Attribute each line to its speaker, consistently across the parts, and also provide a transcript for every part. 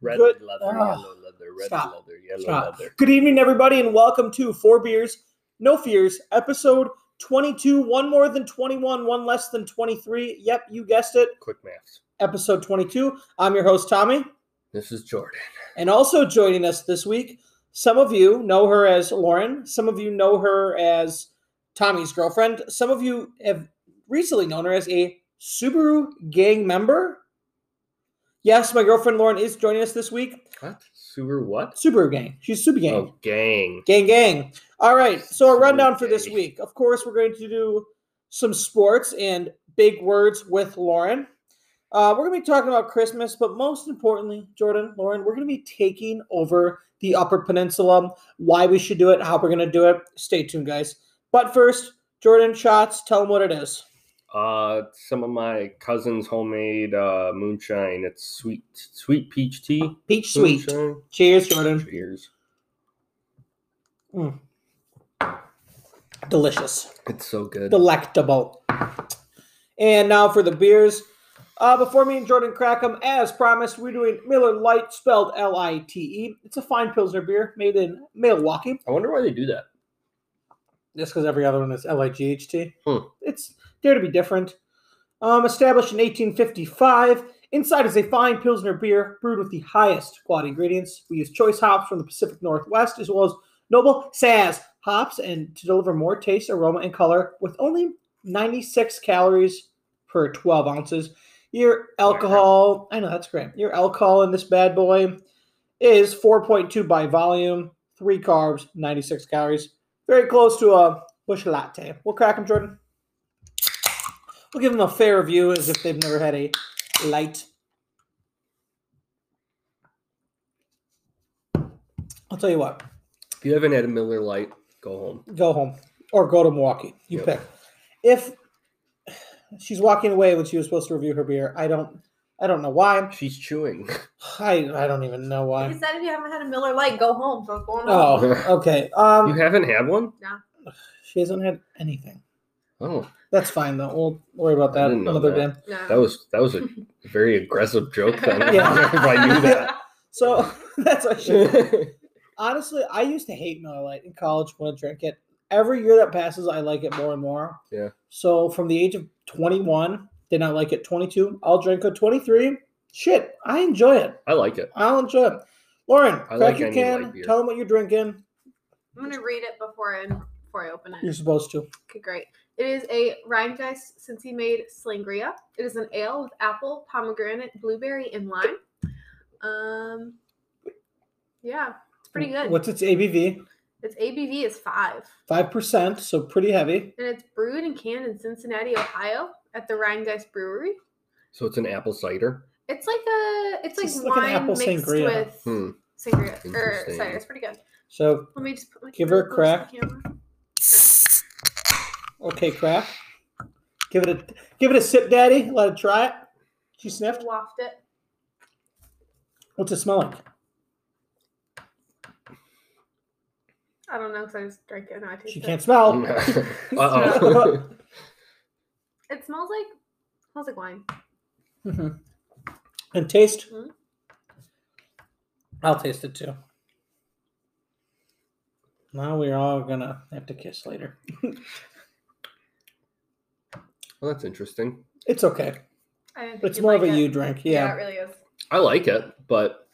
Speaker 1: Red
Speaker 2: Good-
Speaker 1: leather,
Speaker 2: Ugh.
Speaker 1: yellow leather, red
Speaker 2: Stop.
Speaker 1: leather, yellow
Speaker 2: Stop.
Speaker 1: leather.
Speaker 2: Uh, Good evening, everybody, and welcome to Four Beers, No Fears, episode 22. One more than 21, one less than 23. Yep, you guessed it.
Speaker 1: Quick math.
Speaker 2: Episode 22. I'm your host, Tommy.
Speaker 1: This is Jordan.
Speaker 2: And also joining us this week, some of you know her as Lauren, some of you know her as Tommy's girlfriend, some of you have recently known her as a Subaru gang member. Yes, my girlfriend Lauren is joining us this week.
Speaker 1: What? Sewer what?
Speaker 2: Subaru gang. She's Subaru gang.
Speaker 1: Oh, gang.
Speaker 2: Gang, gang. All right. So, a
Speaker 1: Sweet
Speaker 2: rundown for this
Speaker 1: day.
Speaker 2: week. Of course, we're going to do some sports and big words with Lauren. Uh, we're going to be talking about Christmas, but most importantly, Jordan, Lauren, we're going to be taking over the Upper Peninsula, why we should do it, how we're going to do it. Stay tuned, guys. But first, Jordan, shots, tell them what it is.
Speaker 1: Uh, some of my cousin's homemade uh, moonshine. It's sweet, sweet peach tea.
Speaker 2: Peach Sweet.
Speaker 1: Moonshine.
Speaker 2: Cheers, Jordan.
Speaker 1: Cheers.
Speaker 2: Delicious.
Speaker 1: It's so good.
Speaker 2: delectable. And now for the beers. Uh, before me and Jordan crack them, as promised, we're doing Miller Lite, spelled L-I-T-E. E. It's a fine Pilsner beer made in Milwaukee.
Speaker 1: I wonder why they do that.
Speaker 2: That's because every other one is L-I-G-H-T.
Speaker 1: Hmm.
Speaker 2: It's there to be different. Um, established in 1855, inside is a fine Pilsner beer brewed with the highest quality ingredients. We use choice hops from the Pacific Northwest as well as noble Saz hops and to deliver more taste, aroma, and color with only 96 calories per 12 ounces. Your alcohol, I know that's great. Your alcohol in this bad boy is 4.2 by volume, three carbs, 96 calories. Very close to a bush latte. We'll crack them, Jordan. We'll give them a fair review as if they've never had a light. I'll tell you what,
Speaker 1: If you haven't had a Miller Light, go home.
Speaker 2: go home or go to Milwaukee. You
Speaker 1: Yep.
Speaker 2: pick. If she's walking away when she was supposed to review her beer, I don't I don't know why.
Speaker 1: She's chewing.
Speaker 2: I I don't even know
Speaker 3: He
Speaker 2: why.
Speaker 3: said if you haven't had a Miller Lite, go home. So it's going home.
Speaker 2: Uh, Oh, okay. Um
Speaker 1: you haven't had one?
Speaker 2: she hasn't had anything.
Speaker 1: Oh,
Speaker 2: That's fine though. We'll worry about
Speaker 1: I
Speaker 2: that
Speaker 1: didn't know
Speaker 2: another
Speaker 1: that.
Speaker 2: day.
Speaker 3: No.
Speaker 1: that was that was a very aggressive joke. Then.
Speaker 2: Yeah.
Speaker 1: I don't know if I knew that.
Speaker 2: So that's what she honestly, I used to hate Miller Lite in college when I drank it. Every year that passes, I like it more and more.
Speaker 1: Yeah.
Speaker 2: So from the age of 21, did not like it. 22, I'll drink it. 23, shit, I enjoy it.
Speaker 1: I like it.
Speaker 2: I'll enjoy it. Lauren, crack
Speaker 1: like
Speaker 2: your
Speaker 1: any light
Speaker 2: can.
Speaker 1: beer.
Speaker 2: Tell them what you're drinking.
Speaker 3: I'm gonna read it before I before I open
Speaker 2: You're
Speaker 3: it.
Speaker 2: supposed to.
Speaker 3: Okay, great. It is a Rheingeist since he made Slangria. It is an ale with apple, pomegranate, blueberry, and lime. Um, yeah, it's pretty good.
Speaker 2: What's its ABV?
Speaker 3: Its ABV is five,
Speaker 2: 5%, so pretty heavy.
Speaker 3: and it's brewed and canned in Cincinnati, Ohio, at the Rheingeist Brewery.
Speaker 1: So it's an apple cider.
Speaker 3: It's like a it's like
Speaker 2: It's like an
Speaker 3: wine
Speaker 2: apple
Speaker 3: mixed
Speaker 2: sangria.
Speaker 3: with
Speaker 1: Hmm.
Speaker 3: sangria or
Speaker 1: Interesting.
Speaker 3: cider. It's pretty good.
Speaker 2: So,
Speaker 3: Let me just put my
Speaker 2: Give her a
Speaker 3: camera close to the camera.
Speaker 2: okay, crack. Give it a give it a sip, Daddy. Let it try it. She sniffed.
Speaker 3: Waft it.
Speaker 2: What's it smell like?
Speaker 3: I don't know because I just drank it and I taste
Speaker 2: She
Speaker 3: it.
Speaker 2: can't smell.
Speaker 1: Uh-oh.
Speaker 3: It smells like smells like wine.
Speaker 2: Mhm. And taste?
Speaker 3: Mhm.
Speaker 2: I'll taste it too. Now we're all gonna have to kiss later.
Speaker 1: well, that's interesting.
Speaker 2: It's okay.
Speaker 3: I didn't think
Speaker 2: It's
Speaker 3: you'd
Speaker 2: more of a
Speaker 3: like it.
Speaker 2: you drink.
Speaker 3: Yeah. it
Speaker 2: Yeah.
Speaker 3: really is.
Speaker 1: I like it, but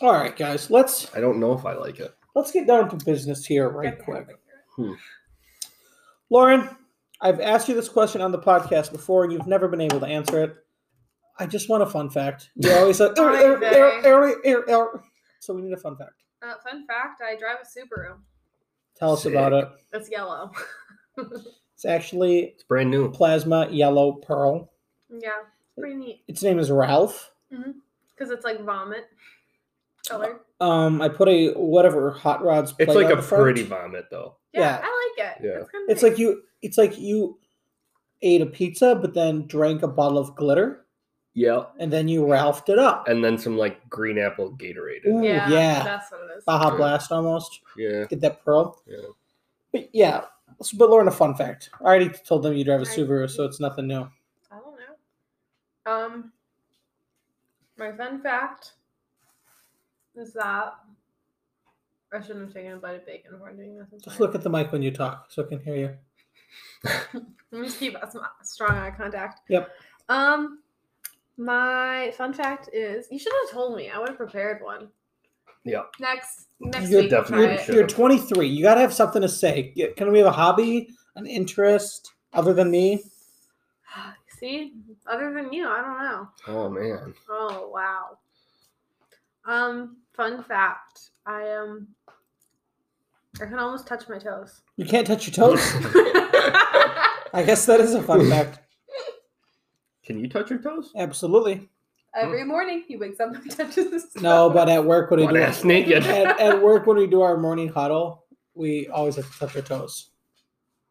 Speaker 2: All right, guys. Let's
Speaker 1: I don't know if I like it.
Speaker 2: let's get down to business here right
Speaker 3: That's
Speaker 2: quick.
Speaker 3: how I figure it.
Speaker 2: Lauren, I've asked you this question on the podcast before, and you've never been able to answer it. I just want a fun fact. You always like, "Er, er, er, er, er, er." so we need a fun fact.
Speaker 3: Uh, fun fact: I drive a Subaru.
Speaker 2: Tell us about
Speaker 1: Sick.
Speaker 2: it.
Speaker 3: It's yellow.
Speaker 2: It's actually
Speaker 1: It's brand new.
Speaker 2: plasma yellow pearl.
Speaker 3: yeah, it's pretty neat
Speaker 2: Its name is Ralph.
Speaker 3: because it's like vomit color.
Speaker 2: Um, I put a whatever hot rods.
Speaker 1: It's
Speaker 2: plate
Speaker 1: like
Speaker 2: on
Speaker 1: a
Speaker 2: the front.
Speaker 1: pretty vomit, though.
Speaker 3: Yeah,
Speaker 2: yeah.
Speaker 3: I like it.
Speaker 1: Yeah.
Speaker 3: it's, kinda
Speaker 2: It's
Speaker 3: nice.
Speaker 2: like you. It's like you ate a pizza, but then drank a bottle of glitter,
Speaker 1: Yeah.
Speaker 2: and then you Ralphed it up.
Speaker 1: And then some like green apple Gatorade. in it.
Speaker 2: Ooh,
Speaker 3: Yeah,
Speaker 2: yeah,
Speaker 3: that's what it is.
Speaker 2: Baja
Speaker 1: Yeah.
Speaker 2: Blast almost.
Speaker 1: Yeah.
Speaker 2: Get that pearl.
Speaker 1: Yeah.
Speaker 2: But yeah, so- but Lauren, a fun fact. I already told them you drive a
Speaker 3: I-
Speaker 2: Subaru, so it's nothing new.
Speaker 3: I don't know. Um, my fun fact Is that? I shouldn't have taken a bite of bacon before doing this. I'm
Speaker 2: Just
Speaker 3: sorry.
Speaker 2: look at the mic when you talk so I can hear you.
Speaker 3: Let me just keep some strong eye contact.
Speaker 2: Yep.
Speaker 3: Um, my fun fact is you should have told me. I would have prepared one.
Speaker 1: Yeah.
Speaker 3: Next, next
Speaker 1: You're
Speaker 3: week. we'll
Speaker 1: definitely
Speaker 3: try it.
Speaker 1: should.
Speaker 2: You're 23. You got to have something to say. Yeah, Can we have a hobby, an interest other than me?
Speaker 3: See, other than you, I don't know.
Speaker 1: Oh man.
Speaker 3: Oh wow. Um, fun fact. I um, I can almost touch my toes.
Speaker 2: You can't touch your toes. I guess that is a fun fact.
Speaker 1: Can you touch your toes?
Speaker 2: Absolutely.
Speaker 3: Every morning he wakes up and touches his toes.
Speaker 2: No, but at work when we
Speaker 1: What
Speaker 2: do
Speaker 1: ass naked?
Speaker 2: at, at work when we do our morning huddle, we always have to touch our toes.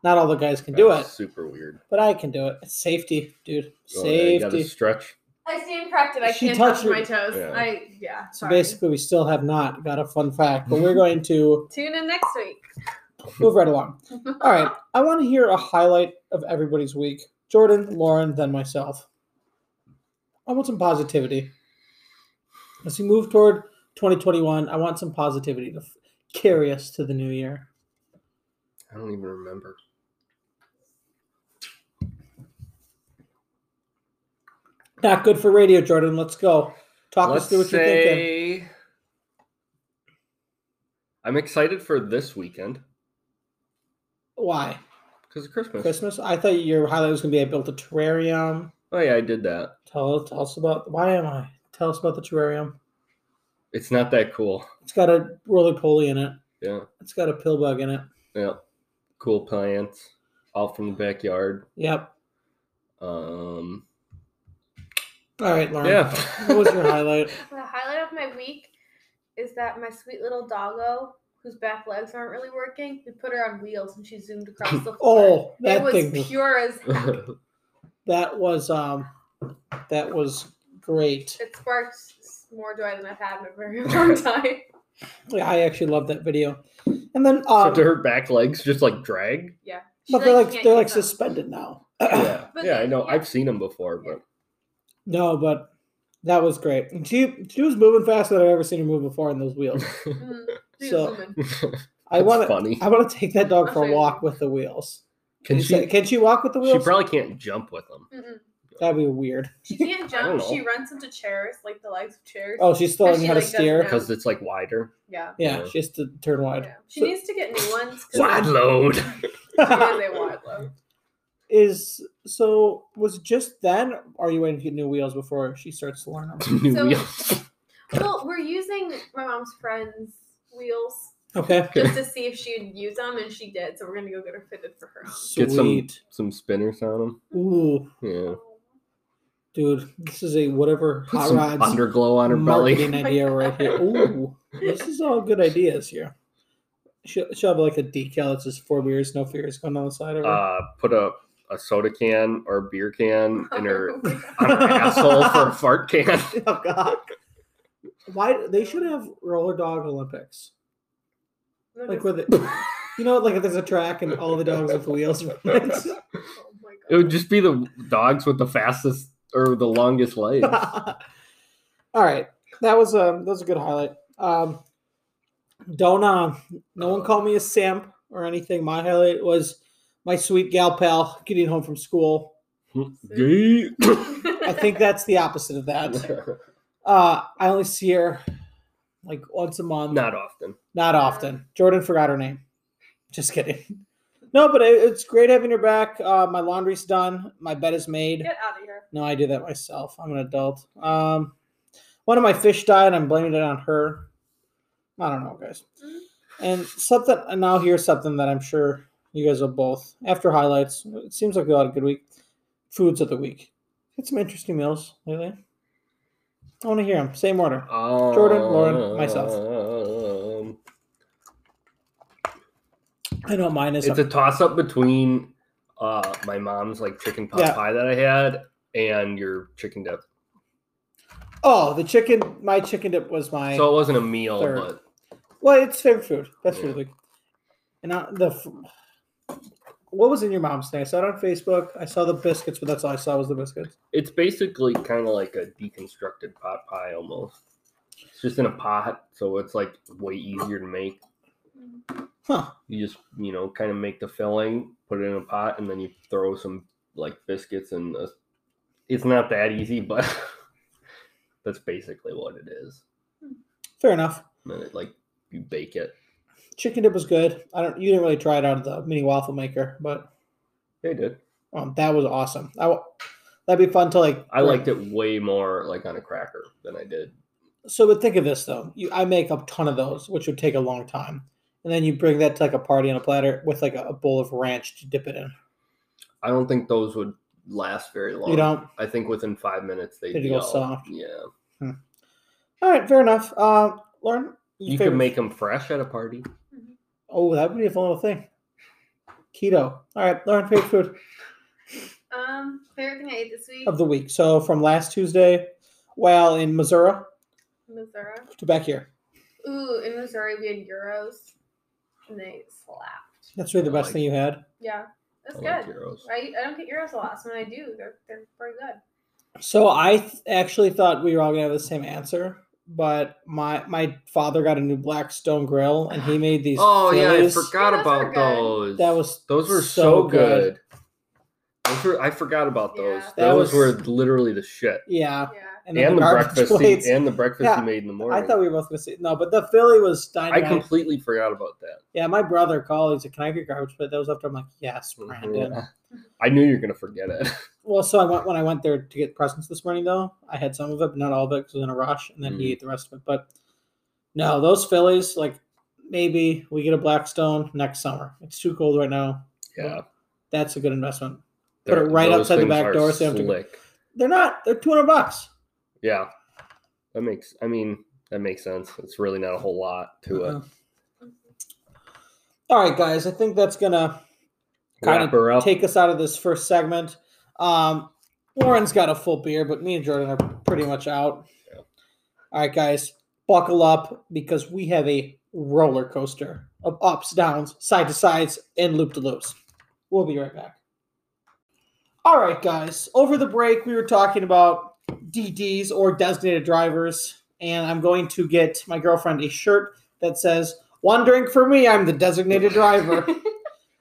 Speaker 2: Not all the guys can do
Speaker 1: That's
Speaker 2: it,
Speaker 1: Super weird.
Speaker 2: but I can do it. It's safety, dude.
Speaker 1: Oh, yeah, you gotta
Speaker 2: Safety.
Speaker 1: stretch.
Speaker 3: I stand corrected. I
Speaker 2: She
Speaker 3: can't touch
Speaker 2: touched your-
Speaker 3: my toes.
Speaker 1: Yeah.
Speaker 3: I yeah.
Speaker 2: So
Speaker 3: sorry.
Speaker 2: basically, we still have not got a fun fact, but we're going to
Speaker 3: Tune in next week.
Speaker 2: move right along. All right, I want to hear a highlight of everybody's week. Jordan, Lauren, then myself. I want some positivity. As we move toward 2021, I want some positivity to f- carry us to the new year.
Speaker 1: I don't even remember.
Speaker 2: Not good for radio, Jordan. Let's go. Talk us through what you're thinking.
Speaker 1: say- I'm excited for this weekend
Speaker 2: Why?
Speaker 1: because of Christmas.
Speaker 2: Christmas? I thought your highlight was going to be I built a terrarium.
Speaker 1: Oh yeah, I did that.
Speaker 2: Tell, tell us about why am I? Tell us about the terrarium.
Speaker 1: It's not that cool.
Speaker 2: It's got a roly poly in it.
Speaker 1: Yeah,
Speaker 2: It's got a pill bug in it.
Speaker 1: yeah. Cool plants, all from the backyard.
Speaker 2: Yep.
Speaker 1: Um,
Speaker 2: All right, Lauren.
Speaker 1: yeah.
Speaker 2: Um, What was your highlight?
Speaker 3: The highlight of my week is that my sweet little doggo, whose back legs aren't really working, we put her on wheels and she zoomed across the floor.
Speaker 2: Oh,
Speaker 3: it
Speaker 2: that
Speaker 3: was
Speaker 2: thing.
Speaker 3: pure as
Speaker 2: That was um, that was great.
Speaker 3: it sparks more joy than I've had in a very long time.
Speaker 2: Yeah, I actually love that video. And then
Speaker 1: so
Speaker 2: um,
Speaker 1: do her back legs just like drag?
Speaker 3: Yeah, She,
Speaker 2: but they're like
Speaker 3: can't
Speaker 2: they're
Speaker 3: get
Speaker 2: like
Speaker 3: them.
Speaker 2: suspended now.
Speaker 1: yeah,
Speaker 3: But
Speaker 1: yeah.
Speaker 3: they-
Speaker 1: I know.
Speaker 3: yeah.
Speaker 1: I've seen them before, but
Speaker 2: No, but that was great. And she she was moving faster than I've ever seen her move before on those wheels.
Speaker 3: Mm, she was
Speaker 2: So-
Speaker 3: zooming.
Speaker 2: I
Speaker 1: That's
Speaker 2: want to
Speaker 1: funny.
Speaker 2: I want to take that dog for a
Speaker 3: Okay.
Speaker 2: walk with the wheels.
Speaker 1: Can
Speaker 2: Is
Speaker 1: she?
Speaker 2: that- can she walk with the
Speaker 1: she
Speaker 2: wheels?
Speaker 1: probably can't jump with them.
Speaker 3: Mm-mm.
Speaker 2: That'd be weird.
Speaker 3: She can't
Speaker 1: I don't
Speaker 3: jump. She
Speaker 1: know.
Speaker 3: runs into chairs, like the legs of chairs.
Speaker 2: Oh, she's still
Speaker 3: Or
Speaker 2: learning
Speaker 3: she,
Speaker 2: how to
Speaker 3: like, does
Speaker 2: steer.
Speaker 3: that.
Speaker 1: because it's like wider.
Speaker 3: Yeah.
Speaker 2: Yeah,
Speaker 1: Yeah.
Speaker 2: she has to turn wide.
Speaker 3: yeah. She
Speaker 2: So-
Speaker 3: needs to get new ones. 'cause
Speaker 1: Wide load.
Speaker 3: She is a wide load.
Speaker 2: Is so was it just then? or Are you waiting to get new wheels before she starts to learn them?
Speaker 1: New
Speaker 3: So-
Speaker 1: wheels.
Speaker 3: Well, we're using my mom's friend's wheels
Speaker 2: Okay,
Speaker 3: just to see if she'd use them, and she did. So we're gonna go get her fitted for her own.
Speaker 1: Get some-
Speaker 2: sweet.
Speaker 1: Some spinners on them.
Speaker 2: Ooh,
Speaker 1: Yeah.
Speaker 3: Oh
Speaker 2: dude, this is a whatever
Speaker 1: Put
Speaker 2: hot
Speaker 1: some
Speaker 2: rods
Speaker 1: underglow on her
Speaker 2: marketing
Speaker 1: belly.
Speaker 2: idea right here. Ooh, this is all good ideas here. She'll, she'll have like a decal that says four beers, no fears going on the side of her.
Speaker 1: Uh, put a a soda can or a beer can in her on her asshole for a fart can.
Speaker 2: oh god. Why they should have roller dog Olympics? Like where the you know, like if there's a track and all the dogs with wheels.
Speaker 3: Oh my
Speaker 1: It would
Speaker 3: god.
Speaker 1: just be the dogs with the fastest or the longest legs.
Speaker 2: all right, that was a that was a good highlight. Um, don't uh, no one call me a simp or anything. My highlight was my sweet gal pal getting home from school.
Speaker 1: Gay.
Speaker 2: I think that's the opposite of that. Uh, I only see her like once a month.
Speaker 1: Not often.
Speaker 2: Not often. Jordan forgot her name. Just kidding. No, but it, it's great having her back. Uh, my laundry's done. My bed is made.
Speaker 3: Get out of here.
Speaker 2: No, I do that myself. I'm an adult. Um, one of my fish died. I'm blaming it on her. I don't know, guys. And something, and now here's something that I'm sure you guys will both. After highlights, it seems like we had a good week. Foods of the week. Had some interesting meals lately. I want to hear them. Same order. Jordan, Lauren, myself.
Speaker 1: Um,
Speaker 2: I know mine is.
Speaker 1: It's a toss up between uh, my mom's like chicken pot
Speaker 2: Yeah.
Speaker 1: pie that I had and your chicken dip.
Speaker 2: oh, the chicken. My chicken dip was my.
Speaker 1: So it wasn't a meal,
Speaker 2: Third.
Speaker 1: but
Speaker 2: Well, it's favorite food. That's
Speaker 1: Yeah.
Speaker 2: really good. And I, the f- what was in your mom's thing? I saw it on Facebook. I saw the biscuits, but that's all I saw was the biscuits.
Speaker 1: it's basically kind of like a deconstructed pot pie almost. It's just in a pot, so it's like way easier to make.
Speaker 2: Huh.
Speaker 1: You just you know kind of make the filling, put it in a pot, and then you throw some like biscuits and a, it's not that easy, but that's basically what it is.
Speaker 2: Fair enough.
Speaker 1: And then it like you bake it.
Speaker 2: Chicken dip was good. I don't. You didn't really try it out of the mini waffle maker, but
Speaker 1: They did.
Speaker 2: um, that was awesome. I, w- that'd be fun to like.
Speaker 1: I liked it way more like on a cracker than I did.
Speaker 2: So, but think of this though. You, I make a ton of those, which would take a long time, and then you bring that to like a party on a platter with like a, a bowl of ranch to dip it in.
Speaker 1: I don't think those would last very long.
Speaker 2: You don't.
Speaker 1: I think within five minutes they'd,
Speaker 2: They'd
Speaker 1: be
Speaker 2: go
Speaker 1: all-
Speaker 2: soft.
Speaker 1: Yeah,
Speaker 2: All right, fair enough. Uh, Lauren,
Speaker 1: you
Speaker 2: favorite-
Speaker 1: can make them fresh at a party.
Speaker 2: Oh, that would be a fun little thing. Keto. All right, Lauren, favorite food
Speaker 3: Um, favorite thing I ate this week?
Speaker 2: of the week. So from last Tuesday, well, in Missouri
Speaker 3: Missouri.
Speaker 2: to back here.
Speaker 3: Ooh, in Missouri we had euros, and they slapped.
Speaker 2: That's really the
Speaker 1: I
Speaker 2: best
Speaker 1: like-
Speaker 2: thing you had.
Speaker 3: Yeah, that's
Speaker 1: I like
Speaker 3: good.
Speaker 1: gyros.
Speaker 3: I, I don't get euros a lot, so when I do, they're they're pretty good.
Speaker 2: So I th- actually thought we were all gonna have the same answer, but my my father got a new Blackstone grill and he made these.
Speaker 1: Oh yeah, I
Speaker 2: Phillies.
Speaker 1: forgot
Speaker 3: Yeah, those are
Speaker 1: about
Speaker 3: good.
Speaker 1: those.
Speaker 2: That was
Speaker 1: those were so,
Speaker 2: so
Speaker 1: good. Those were I forgot about those.
Speaker 3: Yeah.
Speaker 2: That
Speaker 1: Those
Speaker 2: was-
Speaker 1: were literally the shit.
Speaker 2: yeah.
Speaker 3: Yeah.
Speaker 1: And,
Speaker 2: then
Speaker 1: the
Speaker 2: garbage
Speaker 1: breakfast he,
Speaker 2: plates.
Speaker 1: and the breakfast
Speaker 2: Yeah,
Speaker 1: he made in the morning.
Speaker 2: I thought we were both gonna say no, but the Philly was
Speaker 1: I
Speaker 2: dynamite.
Speaker 1: completely forgot about that.
Speaker 2: yeah, my brother called. He's like, "Can I get garbage?" But that was after I'm like, "Yes,
Speaker 1: Mm-hmm.
Speaker 2: Brandon."
Speaker 1: Yeah. I knew you were gonna forget it.
Speaker 2: Well, so I went when I went there to get presents this morning. Though I had some of it, but not all of it, because I was in a rush. And then
Speaker 1: Mm.
Speaker 2: he ate the rest of it. But no, those Phillies, like maybe we get a Blackstone next summer. It's too cold right now.
Speaker 1: Yeah,
Speaker 2: That's a good investment. Put it
Speaker 1: They're-
Speaker 2: right
Speaker 1: those
Speaker 2: outside the
Speaker 1: things
Speaker 2: back
Speaker 1: are
Speaker 2: door so you don't have to-
Speaker 1: slick.
Speaker 2: They're not. They're two hundred bucks.
Speaker 1: Yeah, that makes. I mean, that makes sense. It's really not a whole lot to it.
Speaker 2: Uh-uh. All right, guys. I think that's gonna Kinda
Speaker 1: Wrap her up.
Speaker 2: take us out of this first segment. Um, Warren's got a full beer, but me and Jordan are pretty much out.
Speaker 1: Yeah.
Speaker 2: All right, guys, buckle up because we have a roller coaster of ups, downs, side to sides, and loop to loops. We'll be right back. All right, guys, over the break, we were talking about DDs or designated drivers, and I'm going to get my girlfriend a shirt that says, One drink for me, I'm the designated driver.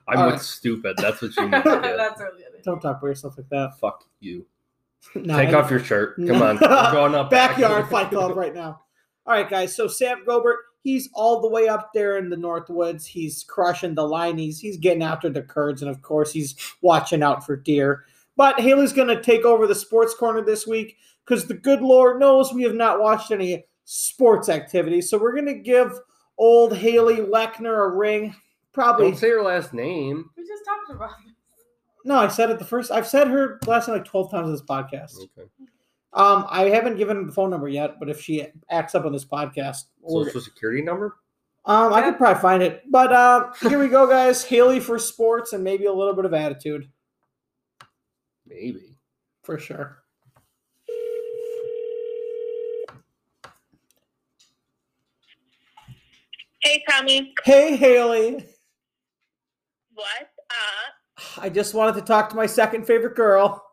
Speaker 1: I'm
Speaker 2: all
Speaker 1: with
Speaker 2: right.
Speaker 1: stupid. That's what you need to
Speaker 3: that's really good.
Speaker 2: Don't talk about yourself like
Speaker 1: do.
Speaker 2: that.
Speaker 1: Fuck you.
Speaker 2: No,
Speaker 1: Take
Speaker 2: I-
Speaker 1: off your shirt. Come
Speaker 2: No.
Speaker 1: on. We're going up.
Speaker 2: backyard fight club right now. All right, guys. So Sam Gobert, he's all the way up there in the Northwoods. He's crushing the line. He's he's getting after the Kurds, and of course, he's watching out for deer. But Haley's gonna take over the sports corner this week because the good Lord knows we have not watched any sports activities. So we're gonna give old Haley Lechner a ring. Probably
Speaker 1: Don't say her last name.
Speaker 3: We just talked about it.
Speaker 2: no. I said it the first. I've said her last name like twelve times in this podcast.
Speaker 1: Okay.
Speaker 2: Um, I haven't given her the phone number yet, but if she acts up on this podcast, we're-
Speaker 1: Social security number.
Speaker 2: Um, I
Speaker 3: Yeah.
Speaker 2: could probably find it. But uh, here we go, guys. Haley for sports and maybe a little bit of attitude
Speaker 1: Maybe.
Speaker 2: for sure.
Speaker 4: Hey, Tommy.
Speaker 2: Hey, Haley.
Speaker 4: What's up?
Speaker 2: I just wanted to talk to my second favorite girl.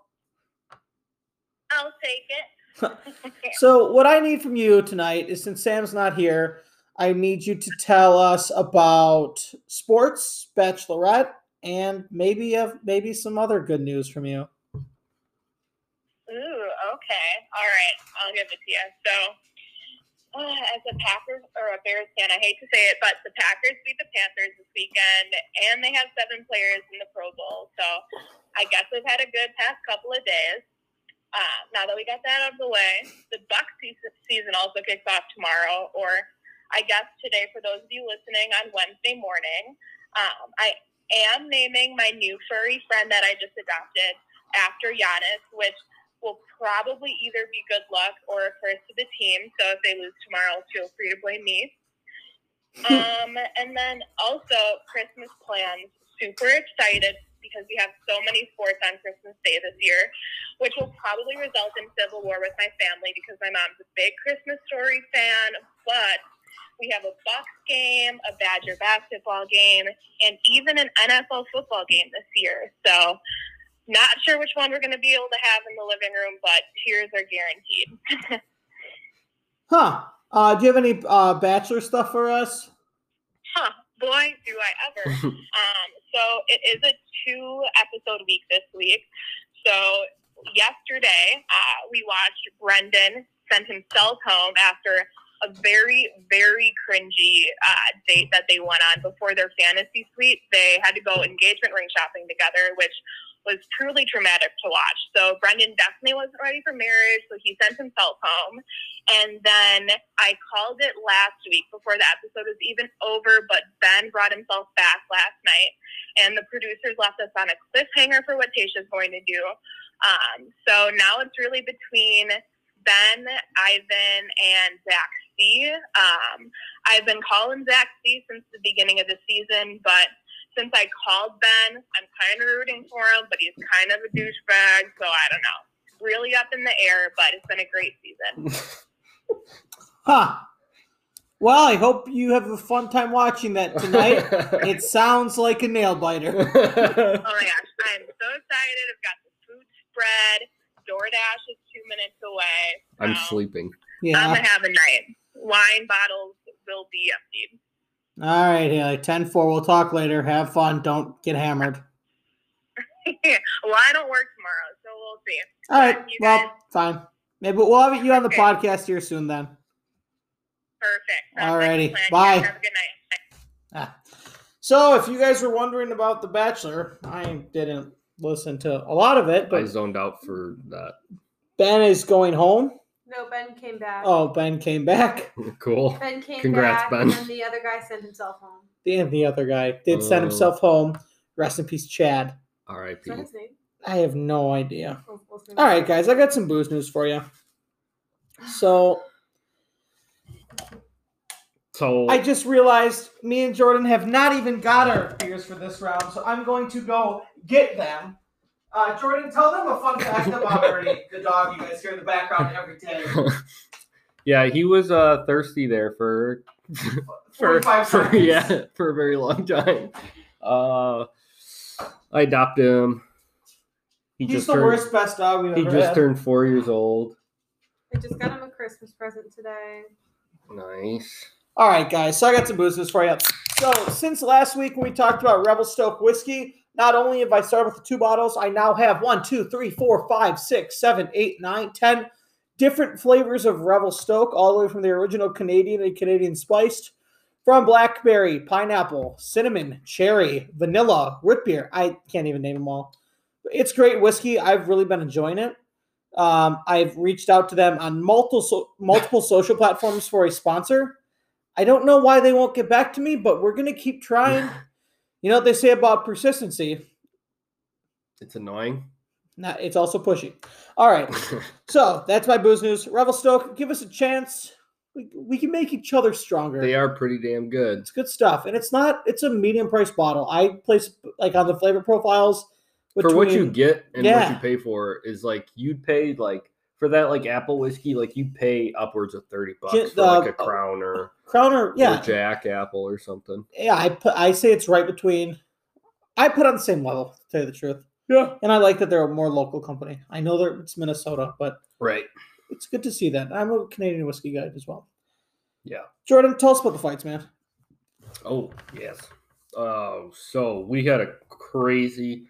Speaker 4: I'll take it.
Speaker 2: So, what I need from you tonight is since Sam's not here, I need you to tell us about sports, Bachelorette, and maybe uh, maybe some other good news from you.
Speaker 4: Ooh, okay. All right. I'll give it to you. So, uh, as a Packers or a Bears fan, I hate to say it, but the Packers beat the Panthers this weekend, and they have seven players in the Pro Bowl. So, I guess we've had a good past couple of days. Uh, now that we got that out of the way, the Bucks season season also kicks off tomorrow, or I guess today for those of you listening on Wednesday morning. Um, I am naming my new furry friend that I just adopted after Giannis, which will probably either be good luck or a curse to the team. So if they lose tomorrow, feel free to blame me. um, and then also Christmas plans. Super excited because we have so many sports on Christmas Day this year, which will probably result in civil war with my family because my mom's a big Christmas story fan. But we have a Bucks game, a Badger basketball game, and even an NFL football game this year. So not sure which one we're going to be able to have in the living room, but tears are guaranteed.
Speaker 2: Huh. Uh, do you have any uh, bachelor stuff for us?
Speaker 4: Huh, boy, do I ever. um, so it is a two episode week this week. So yesterday, uh, we watched Brendan send himself home after a very, very cringy uh, date that they went on before their fantasy suite. They had to go engagement ring shopping together, which was truly traumatic to watch. So Brendan definitely wasn't ready for marriage, so he sent himself home. And then I called it last week before the episode was even over, but Ben brought himself back last night, and the producers left us on a cliffhanger for what Tasha's going to do. Um, so now it's really between Ben, Ivan, and Zach C. Um, I've been calling Zach C since the beginning of the season, but since I called Ben, I'm kind of rooting for him, but he's kind of a douchebag, so I don't know. Really up in the air, but it's been a great season.
Speaker 2: Huh. Well, I hope you have a fun time watching that tonight. it sounds like a nail biter.
Speaker 4: Oh my gosh, I'm so excited. I've got the food spread. DoorDash is two minutes away.
Speaker 1: I'm
Speaker 4: so
Speaker 1: sleeping.
Speaker 4: I'm
Speaker 2: Yeah.
Speaker 4: gonna have a night. Wine bottles will be emptied.
Speaker 2: All right, Haley. 10 4. We'll talk later. Have fun. Don't get hammered.
Speaker 4: well, I don't work tomorrow, so we'll see.
Speaker 2: All right.
Speaker 4: You guys-
Speaker 2: Well, fine. Maybe we'll have you on the
Speaker 4: Okay.
Speaker 2: podcast here soon then.
Speaker 4: Perfect. Sounds like a
Speaker 2: Alrighty,
Speaker 4: plan.
Speaker 2: bye.
Speaker 4: Have a good night.
Speaker 2: Ah. So, if you guys were wondering about The Bachelor, I didn't listen to a lot of it,
Speaker 1: I
Speaker 2: but
Speaker 1: zoned out for that.
Speaker 2: Ben is going home.
Speaker 3: No, Ben came back.
Speaker 2: Oh, Ben came back.
Speaker 1: Cool.
Speaker 3: Ben came
Speaker 1: Congrats,
Speaker 3: back,
Speaker 1: Ben.
Speaker 3: and then the other guy sent himself home.
Speaker 2: And the other guy did send
Speaker 1: Oh.
Speaker 2: himself home. Rest in peace, Chad.
Speaker 3: Is
Speaker 1: R.I.P.
Speaker 3: that his name?
Speaker 2: I have no idea.
Speaker 3: Oh, what's his name?
Speaker 2: All right, guys, I got some booze news for you. So,
Speaker 1: So
Speaker 2: I just realized me and Jordan have not even got our beers for this round, so I'm going to go get them. Uh, Jordan, tell them a fun fact about Ernie, the dog you guys hear in the background every day.
Speaker 1: yeah, he was uh, thirsty there for for,
Speaker 2: 45
Speaker 1: for
Speaker 2: seconds.
Speaker 1: yeah for a very long time. Uh, I adopted him. He
Speaker 2: He's
Speaker 1: just
Speaker 2: the
Speaker 1: turned,
Speaker 2: worst best dog we've
Speaker 1: He
Speaker 2: ever
Speaker 1: just
Speaker 2: had.
Speaker 1: turned four years old.
Speaker 3: I just got him a Christmas present today.
Speaker 1: Nice.
Speaker 2: All right, guys. So I got some booze news for you. So since last week when we talked about Revelstoke whiskey, not only have I started with the two bottles, I now have one, two, three, four, five, six, seven, eight, nine, ten different flavors of Revelstoke, all the way from the original Canadian and Canadian spiced, from blackberry, pineapple, cinnamon, cherry, vanilla, root beer. I can't even name them all. It's great whiskey. I've really been enjoying it. Um, I've reached out to them on multiple so- multiple social platforms for a sponsor. I don't know why they won't get back to me, but we're gonna keep trying. you know what they say about persistency?
Speaker 1: It's annoying.
Speaker 2: Not, it's also pushy. All right, so that's my booze news. Revelstoke, give us a chance. We, we can make each other stronger.
Speaker 1: they are pretty damn good.
Speaker 2: It's good stuff, and it's not. It's a medium price bottle. I place like on the flavor profiles.
Speaker 1: for what you
Speaker 2: between-
Speaker 1: get and what
Speaker 2: Yeah.
Speaker 1: you pay for is like you'd pay like for that like apple whiskey like you pay upwards of 30 bucks
Speaker 2: Get
Speaker 1: for like
Speaker 2: the-
Speaker 1: a crown or, or
Speaker 2: Crowner, yeah,
Speaker 1: jack apple or something
Speaker 2: yeah. I put, I say it's right between. I put on the same level. To tell you the truth. Yeah, and I like that they're a more local company. I know they're it's Minnesota, but
Speaker 1: right
Speaker 2: it's good to see that. I'm a Canadian whiskey guy as well.
Speaker 1: Yeah.
Speaker 2: Jordan, tell us about the fights, man.
Speaker 1: oh yes uh, so we had a crazy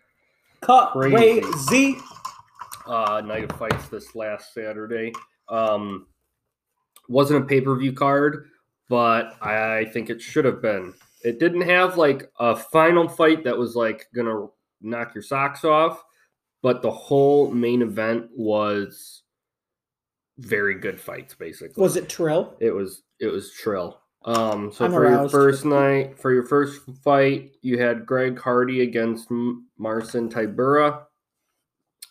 Speaker 2: Cut
Speaker 1: Crazy.
Speaker 2: crazy.
Speaker 1: uh, night of fights this last Saturday. Um, wasn't a pay per view card, but I think it should have been. It didn't have like a final fight that was like gonna knock your socks off, but the whole main event was very good fights. Basically,
Speaker 2: Was it Trill?
Speaker 1: it was it was Trill. Um, so
Speaker 2: I'm
Speaker 1: for
Speaker 2: aroused.
Speaker 1: your first night, for your first fight, you had Greg Hardy against M- Marcin Tybura.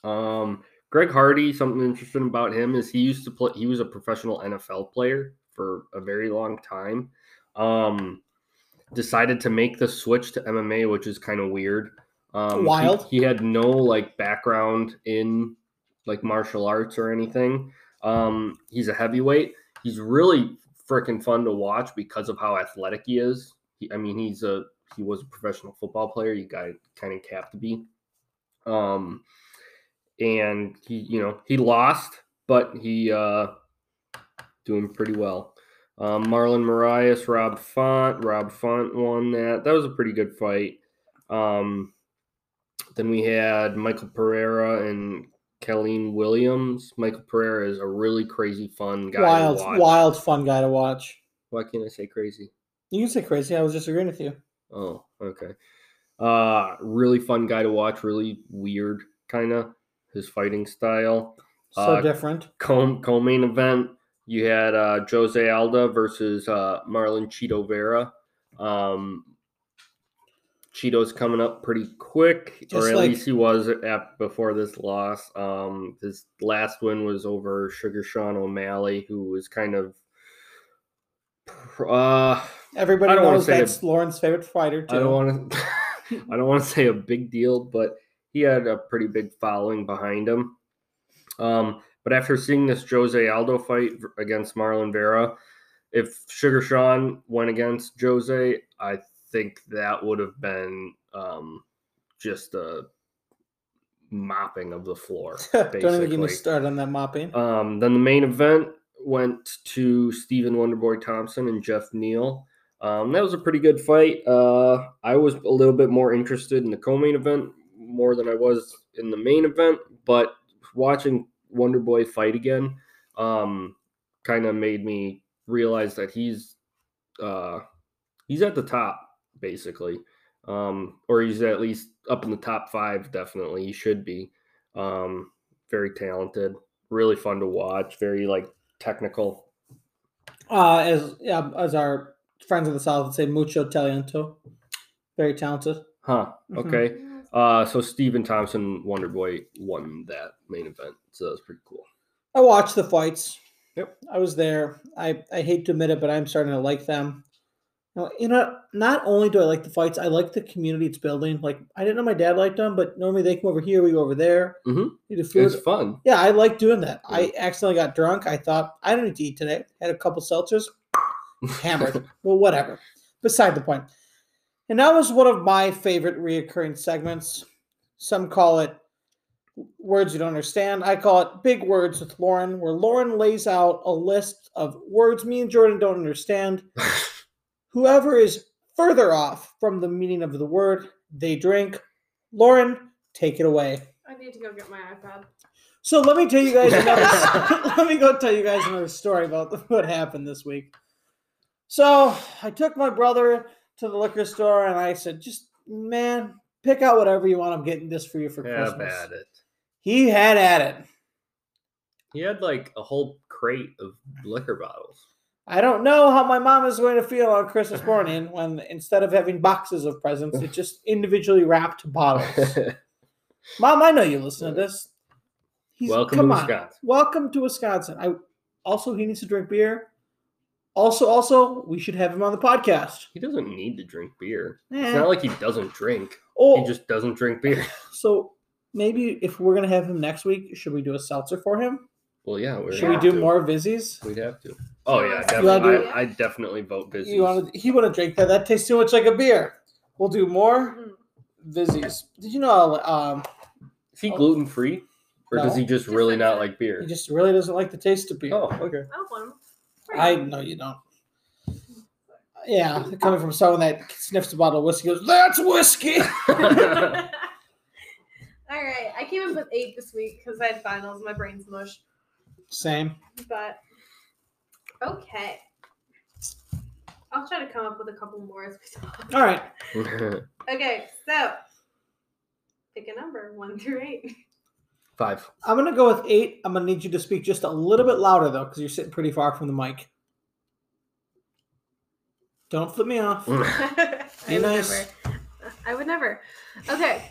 Speaker 1: Um, Greg Hardy, something interesting about him is he used to play. He was a professional NFL player for a very long time. Um, decided to make the switch to MMA, which is kind of weird. Um, he-
Speaker 2: Wild.
Speaker 1: he had no like background in like martial arts or anything. Um, he's a heavyweight. He's really freaking fun to watch because of how athletic he is. He, I mean, he's a he was a professional football player. You got kind of have to be. Um, and he, you know, he lost, but he uh, doing pretty well. Um, Marlon Marias, Rob Font. Rob Font won that. That was a pretty good fight. Um, then we had Michael Pereira and Kelleen Williams. Michael Pereira is a really crazy, fun guy. to
Speaker 2: wild,
Speaker 1: watch.
Speaker 2: wild fun guy to watch.
Speaker 1: Why can't I say crazy?
Speaker 2: You can say crazy. I was just agreeing with you.
Speaker 1: Oh, okay. Uh, really fun guy to watch. Really weird, kind of his fighting style.
Speaker 2: So
Speaker 1: Uh,
Speaker 2: different.
Speaker 1: co co-main event. You had uh, Jose Alda versus uh, Marlon Cheeto Vera. Um, Cheeto's coming up pretty quick,
Speaker 2: Just
Speaker 1: or at
Speaker 2: like-
Speaker 1: least he was at, before this loss. Um, his last win was over Sugar Sean O'Malley, who was kind of. Uh,
Speaker 2: Everybody
Speaker 1: I don't wanna
Speaker 2: knows
Speaker 1: say
Speaker 2: that's Lauren's favorite fighter too.
Speaker 1: I don't want to. I don't want to say a big deal, but he had a pretty big following behind him. Um, but after seeing this Jose Aldo fight v- against Marlon Vera, if Sugar Sean went against Jose, I think that would have been um, just a mopping of the floor.
Speaker 2: don't even get me
Speaker 1: basically.
Speaker 2: started on that mopping.
Speaker 1: Um, then the main event went to Stephen Wonderboy Thompson and Jeff Neal. Um, that was a pretty good fight. Uh, I was a little bit more interested in the co-main event more than I was in the main event, but watching Wonderboy fight again um, kind of made me realize that he's uh, he's at the top basically, um, or he's at least up in the top five. Definitely, he should be. Um, very talented really fun to watch. Very like technical.
Speaker 2: Uh, as yeah, as our friends in the south would say, mucho talento. Very talented.
Speaker 1: Huh.
Speaker 2: Mhm.
Speaker 1: Okay. Uh, so Steven Thompson, Wonderboy, won that main event. So that was pretty cool.
Speaker 2: I watched the fights.
Speaker 1: Yep.
Speaker 2: I was there. I, I hate to admit it, but I'm starting to like them. Now, You know, not only do I like the fights, I like the community it's building. Like, I didn't know my dad liked them, but normally they come over here, we go over there.
Speaker 1: Mhm.
Speaker 2: Eat a food.
Speaker 1: It was fun.
Speaker 2: Yeah, I like doing that. I
Speaker 1: Yeah.
Speaker 2: accidentally got drunk. I thought I don't need to eat today. Had a couple seltzers, hammered. well, whatever. Beside the point. And that was one of my favorite reoccurring segments. Some call it words you don't understand. I call it big words with Lauren, where Lauren lays out a list of words me and Jordan don't understand. Whoever is further off from the meaning of the word, they drink. Lauren, take it away.
Speaker 3: I need to go get my iPad.
Speaker 2: So let me tell you guys another. let me go tell you guys another story about what happened this week. So I took my brother to the liquor store and I said, "Just man, pick out whatever you want. I'm getting this for you for
Speaker 1: Yeah,
Speaker 2: Christmas."
Speaker 1: bad it.
Speaker 2: He had at it.
Speaker 1: He had like a whole crate of liquor bottles.
Speaker 2: I don't know how my mom is going to feel on Christmas morning when instead of having boxes of presents, it's just individually wrapped bottles. mom, I know you listen to this. He's,
Speaker 1: Welcome
Speaker 2: come
Speaker 1: to
Speaker 2: on.
Speaker 1: Wisconsin.
Speaker 2: Welcome to Wisconsin. I also he needs to drink beer. Also, also we should have him on the podcast.
Speaker 1: He doesn't need to drink beer.
Speaker 2: Eh.
Speaker 1: It's not like he doesn't drink.
Speaker 2: oh,
Speaker 1: He just doesn't drink beer.
Speaker 2: so maybe if we're gonna have him next week, should we do a seltzer for him?
Speaker 1: Well, yeah. we're
Speaker 2: Should
Speaker 1: gonna
Speaker 2: we
Speaker 1: have
Speaker 2: do
Speaker 1: to.
Speaker 2: more Vizzies?
Speaker 1: We'd have to. Oh yeah,
Speaker 2: You wanna
Speaker 1: definitely.
Speaker 2: do-
Speaker 1: I, I definitely vote busy.
Speaker 2: You want to? He want to drink that. That tastes too much like a beer. We'll do more
Speaker 3: Mm.
Speaker 2: Vizzies. Did you know? Um,
Speaker 1: Is he gluten free, or does
Speaker 2: No.
Speaker 1: he just
Speaker 3: Just
Speaker 1: really
Speaker 3: like
Speaker 1: not
Speaker 3: that.
Speaker 1: like beer?
Speaker 2: he just really doesn't like the taste of beer.
Speaker 1: oh, okay.
Speaker 3: I don't want 'em.
Speaker 2: I know you don't. Yeah, coming from someone that sniffs a bottle of whiskey, goes, "That's whiskey."
Speaker 3: All right, I came in with eight this week because I had finals. My brain's mush,
Speaker 2: Same.
Speaker 3: but okay. I'll try to come up with a couple more as we talk.
Speaker 2: All right.
Speaker 3: Okay, so pick a number one through eight.
Speaker 1: Five.
Speaker 2: I'm gonna go with eight. I'm gonna need you to speak just a little bit louder though, because you're sitting pretty far from the mic. Don't flip me off.
Speaker 1: Oh,
Speaker 3: I
Speaker 2: Be
Speaker 3: would
Speaker 2: nice.
Speaker 3: never. I would never. Okay,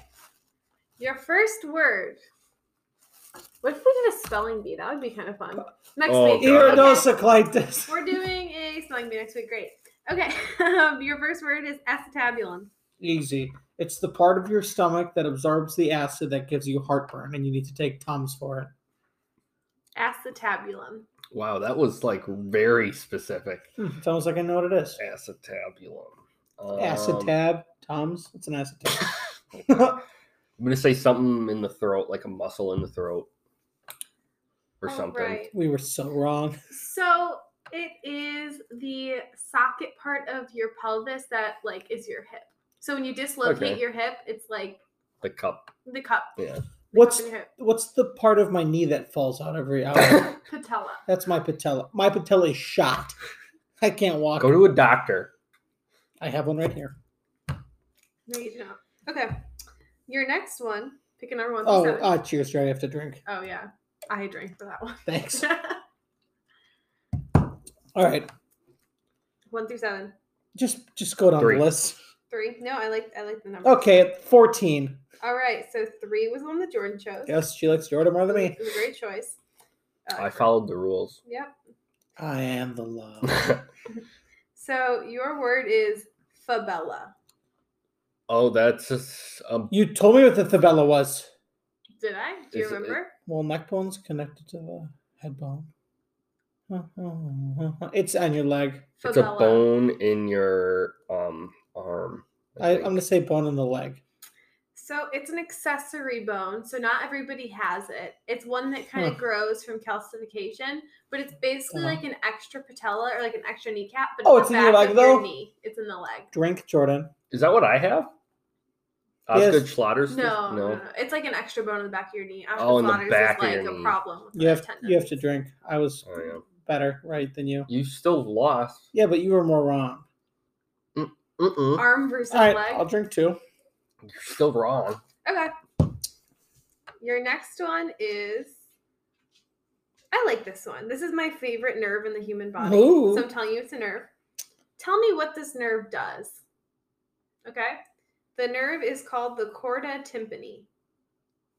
Speaker 3: your first word. What if we did a spelling bee? That would be kind of fun. Next
Speaker 1: Oh,
Speaker 3: week.
Speaker 1: God.
Speaker 3: Okay.
Speaker 2: Iridociclitis.
Speaker 3: We're doing a spelling bee next week. Great. Okay. Um, your first word is acetabulum.
Speaker 2: Easy. It's the part of your stomach that absorbs the acid that gives you heartburn, and you need to take Tums for it.
Speaker 3: Acetabulum.
Speaker 1: Wow, that was like very specific.
Speaker 2: Hmm, it's almost like I know what it is.
Speaker 1: Acetabulum. Um,
Speaker 2: Acid tab, Tums. It's an acid tab.
Speaker 1: I'm gonna say something in the throat, like a muscle in the throat, or
Speaker 3: All
Speaker 1: something.
Speaker 3: Oh, right.
Speaker 2: we were so wrong.
Speaker 3: So It is the socket part of your pelvis that like is your hip. So when you dislocate
Speaker 1: Okay.
Speaker 3: your hip, it's like
Speaker 1: The cup.
Speaker 3: the cup.
Speaker 1: Yeah.
Speaker 2: What's
Speaker 3: of your hip.
Speaker 2: what's the part of my knee that falls out every hour?
Speaker 3: patella?
Speaker 2: That's my patella. My patella is shot. I can't walk.
Speaker 1: Go to a doctor.
Speaker 2: I have one right here.
Speaker 3: No, you do not. Okay. Your next one. Pick another one.
Speaker 2: Oh,
Speaker 3: seven.
Speaker 2: uh, cheers, Jerry. I have to drink.
Speaker 3: oh yeah. I drank for that one.
Speaker 2: Thanks. All right,
Speaker 3: one through seven.
Speaker 2: just just go down
Speaker 1: Three.
Speaker 2: the list.
Speaker 3: Three. No, I like I like the number.
Speaker 2: Okay, fourteen.
Speaker 3: All right. So three was the one that Jordan chose.
Speaker 2: Yes, she likes Jordan more than me.
Speaker 3: It was a great choice. Uh,
Speaker 1: I followed the rules.
Speaker 3: Yep.
Speaker 2: I am the love.
Speaker 3: So your word is fabella.
Speaker 1: oh, that's just, um,
Speaker 2: You told me what the fibella was.
Speaker 3: Did I? Do you
Speaker 1: Is it-
Speaker 3: remember?
Speaker 2: Well, neck bone's connected to the head bone. It's on your leg.
Speaker 1: it's a bone in your um arm.
Speaker 2: I, I'm
Speaker 1: think.
Speaker 2: gonna say bone in the leg.
Speaker 3: So it's an accessory bone. So not everybody has it. It's one that kind of
Speaker 2: Huh.
Speaker 3: grows from calcification, but it's basically
Speaker 2: Uh-huh.
Speaker 3: like an extra patella or like an extra kneecap. But
Speaker 2: Oh,
Speaker 3: the
Speaker 2: it's in your
Speaker 3: back
Speaker 2: leg,
Speaker 3: of
Speaker 2: though?
Speaker 3: knee. It's in the leg.
Speaker 2: Drink, Jordan.
Speaker 1: Is that what I have?
Speaker 2: Yes.
Speaker 1: Osgood Schlotter's?
Speaker 3: No, no, no, it's like an extra bone in the back of your knee.
Speaker 1: Oh, in the
Speaker 3: Osteochondritis
Speaker 1: back of
Speaker 3: is like
Speaker 1: your
Speaker 3: a
Speaker 1: knee.
Speaker 3: problem. With
Speaker 2: You
Speaker 3: that
Speaker 2: have
Speaker 3: tendon.
Speaker 2: you have to drink. I was
Speaker 1: Oh, yeah.
Speaker 2: better right than you.
Speaker 1: You still lost.
Speaker 2: Yeah, but you were more wrong.
Speaker 1: Mm-mm.
Speaker 3: arm versus
Speaker 2: All right,
Speaker 3: leg.
Speaker 2: I'll drink two.
Speaker 1: You're still wrong.
Speaker 3: Okay. Your next one is. I like this one. This is my favorite nerve in the human body.
Speaker 2: Ooh.
Speaker 3: So I'm telling you, it's a nerve. Tell me what this nerve does. Okay. The nerve is called the corda tympani.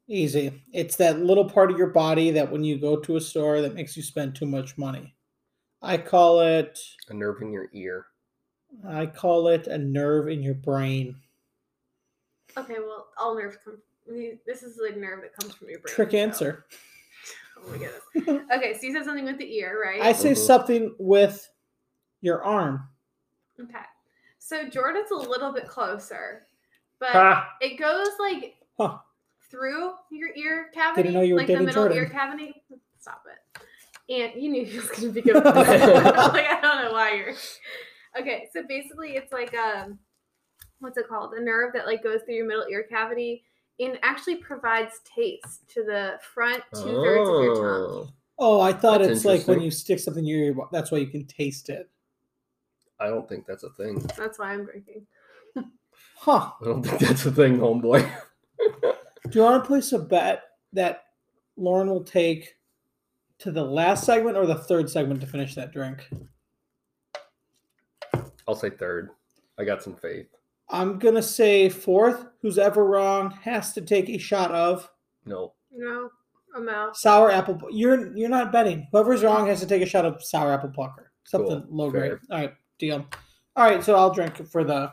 Speaker 2: Easy. It's that little part of your body that when you go to a store that makes you spend too much money. I call it
Speaker 1: A nerve in your ear.
Speaker 2: I call it a nerve in your brain.
Speaker 3: Okay, well, all nerves come. This is the nerve that comes from your brain.
Speaker 2: Trick
Speaker 3: so-
Speaker 2: answer.
Speaker 3: Oh my goodness. Okay, so you said something with the ear, right?
Speaker 2: I say
Speaker 1: Mhm.
Speaker 2: something with your arm.
Speaker 3: okay. So Jordan's a little bit closer, but
Speaker 1: Ha!
Speaker 3: It goes like
Speaker 2: Huh.
Speaker 3: through your ear cavity,
Speaker 2: know you were
Speaker 3: like the
Speaker 2: dating
Speaker 3: middle ear
Speaker 2: Jordan.
Speaker 3: cavity. Stop it. And you knew he was going to be going. like I don't know why you're. Okay, so basically, it's like um, what's it called? A nerve that like goes through your middle ear cavity and actually provides taste to the front two thirds of your tongue.
Speaker 1: Oh.
Speaker 2: Oh, I thought
Speaker 1: That's
Speaker 2: it's like when
Speaker 1: interesting.
Speaker 2: you stick something in your ear, that's why you can taste it.
Speaker 1: I don't think that's a thing.
Speaker 3: That's why I'm drinking.
Speaker 2: Huh.
Speaker 1: I don't think that's a thing, homeboy.
Speaker 2: Do you want to place a bet that Lauren will take to the last segment or the third segment to finish that drink?
Speaker 1: I'll say third. I got some faith.
Speaker 2: I'm gonna say fourth. Who's ever wrong has to take a shot of
Speaker 1: No.
Speaker 3: You know, a mouth.
Speaker 2: sour apple. You're you're not betting. Whoever's wrong has to take a shot of sour apple pucker. Something
Speaker 1: Cool.
Speaker 2: low
Speaker 1: Fair.
Speaker 2: grade. All right, deal. All right, so I'll drink it for the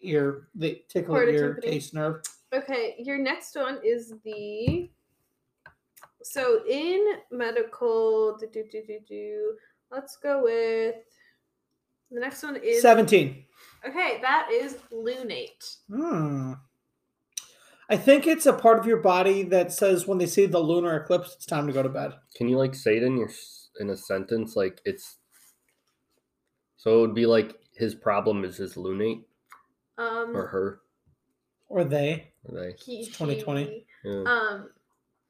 Speaker 2: ear, the tickle
Speaker 3: Corda
Speaker 2: ear
Speaker 3: tympani.
Speaker 2: taste nerve.
Speaker 3: Okay, your next one is the. So in medical, do, do, do, do, do, let's go with. The next one is.
Speaker 2: Seventeen.
Speaker 3: Okay, that is lunate.
Speaker 2: Hmm. I think it's a part of your body that says when they see the lunar eclipse, it's time to go to bed.
Speaker 1: Can you like say it in your s- in a sentence like it's so it would be like his problem is his lunate
Speaker 3: Um,
Speaker 2: Mm.
Speaker 1: or her
Speaker 2: Or they.
Speaker 1: or they.
Speaker 3: he,
Speaker 2: It's 2020.
Speaker 1: Yeah.
Speaker 3: Um,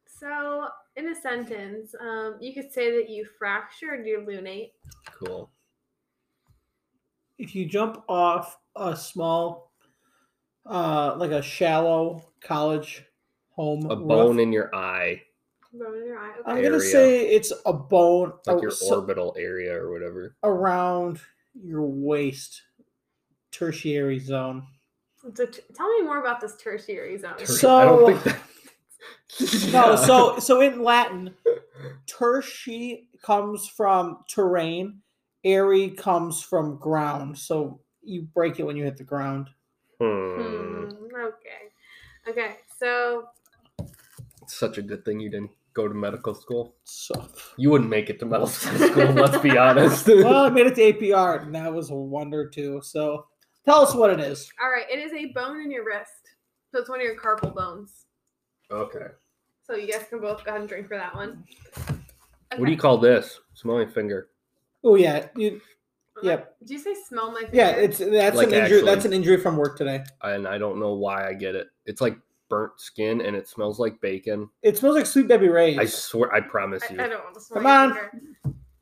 Speaker 3: so in a sentence, um, you could say that you fractured your lunate.
Speaker 1: Cool.
Speaker 2: if you jump off a small uh like a shallow college home
Speaker 1: A
Speaker 2: roof,
Speaker 1: bone in your eye,
Speaker 3: Bone in your eye.
Speaker 2: i'm
Speaker 3: Okay.
Speaker 2: gonna
Speaker 1: area.
Speaker 2: say it's a bone
Speaker 1: like
Speaker 2: ar-
Speaker 1: your
Speaker 2: oh, so-
Speaker 1: orbital area or whatever.
Speaker 2: around your waist tertiary zone
Speaker 3: So t- tell me more about this tertiary zone.
Speaker 1: Ter- I don't think that.
Speaker 2: no
Speaker 1: Yeah.
Speaker 2: so so in latin tertiary comes from terrain airy comes from ground so you break it when you hit the ground
Speaker 1: Hmm.
Speaker 3: Hmm, okay. Okay. So
Speaker 1: It's such a good thing you didn't go to medical school.
Speaker 2: so
Speaker 1: You wouldn't make it to medical school, let's be honest.
Speaker 2: well i made it to apr and that was a wonder too so tell us what it is
Speaker 3: All right, it is a bone in your wrist. So it's one of your carpal bones.
Speaker 1: okay.
Speaker 3: So you guys can both go ahead and drink for that one.
Speaker 1: What do you call this? It's my finger.
Speaker 2: Oh yeah, you, Yep.
Speaker 3: Uh-huh. Did you say smell my finger?
Speaker 2: yeah. It's that's
Speaker 1: Like,
Speaker 2: an injury.
Speaker 1: actually-
Speaker 2: That's an injury from work today.
Speaker 1: and I don't know why I get it. It's like burnt skin and it smells like bacon.
Speaker 2: It smells like Sweet Debbie Ray's.
Speaker 1: I swear, I promise
Speaker 3: I,
Speaker 1: you,
Speaker 3: I
Speaker 1: I,
Speaker 3: don't want to smell
Speaker 2: Come
Speaker 3: your
Speaker 2: on.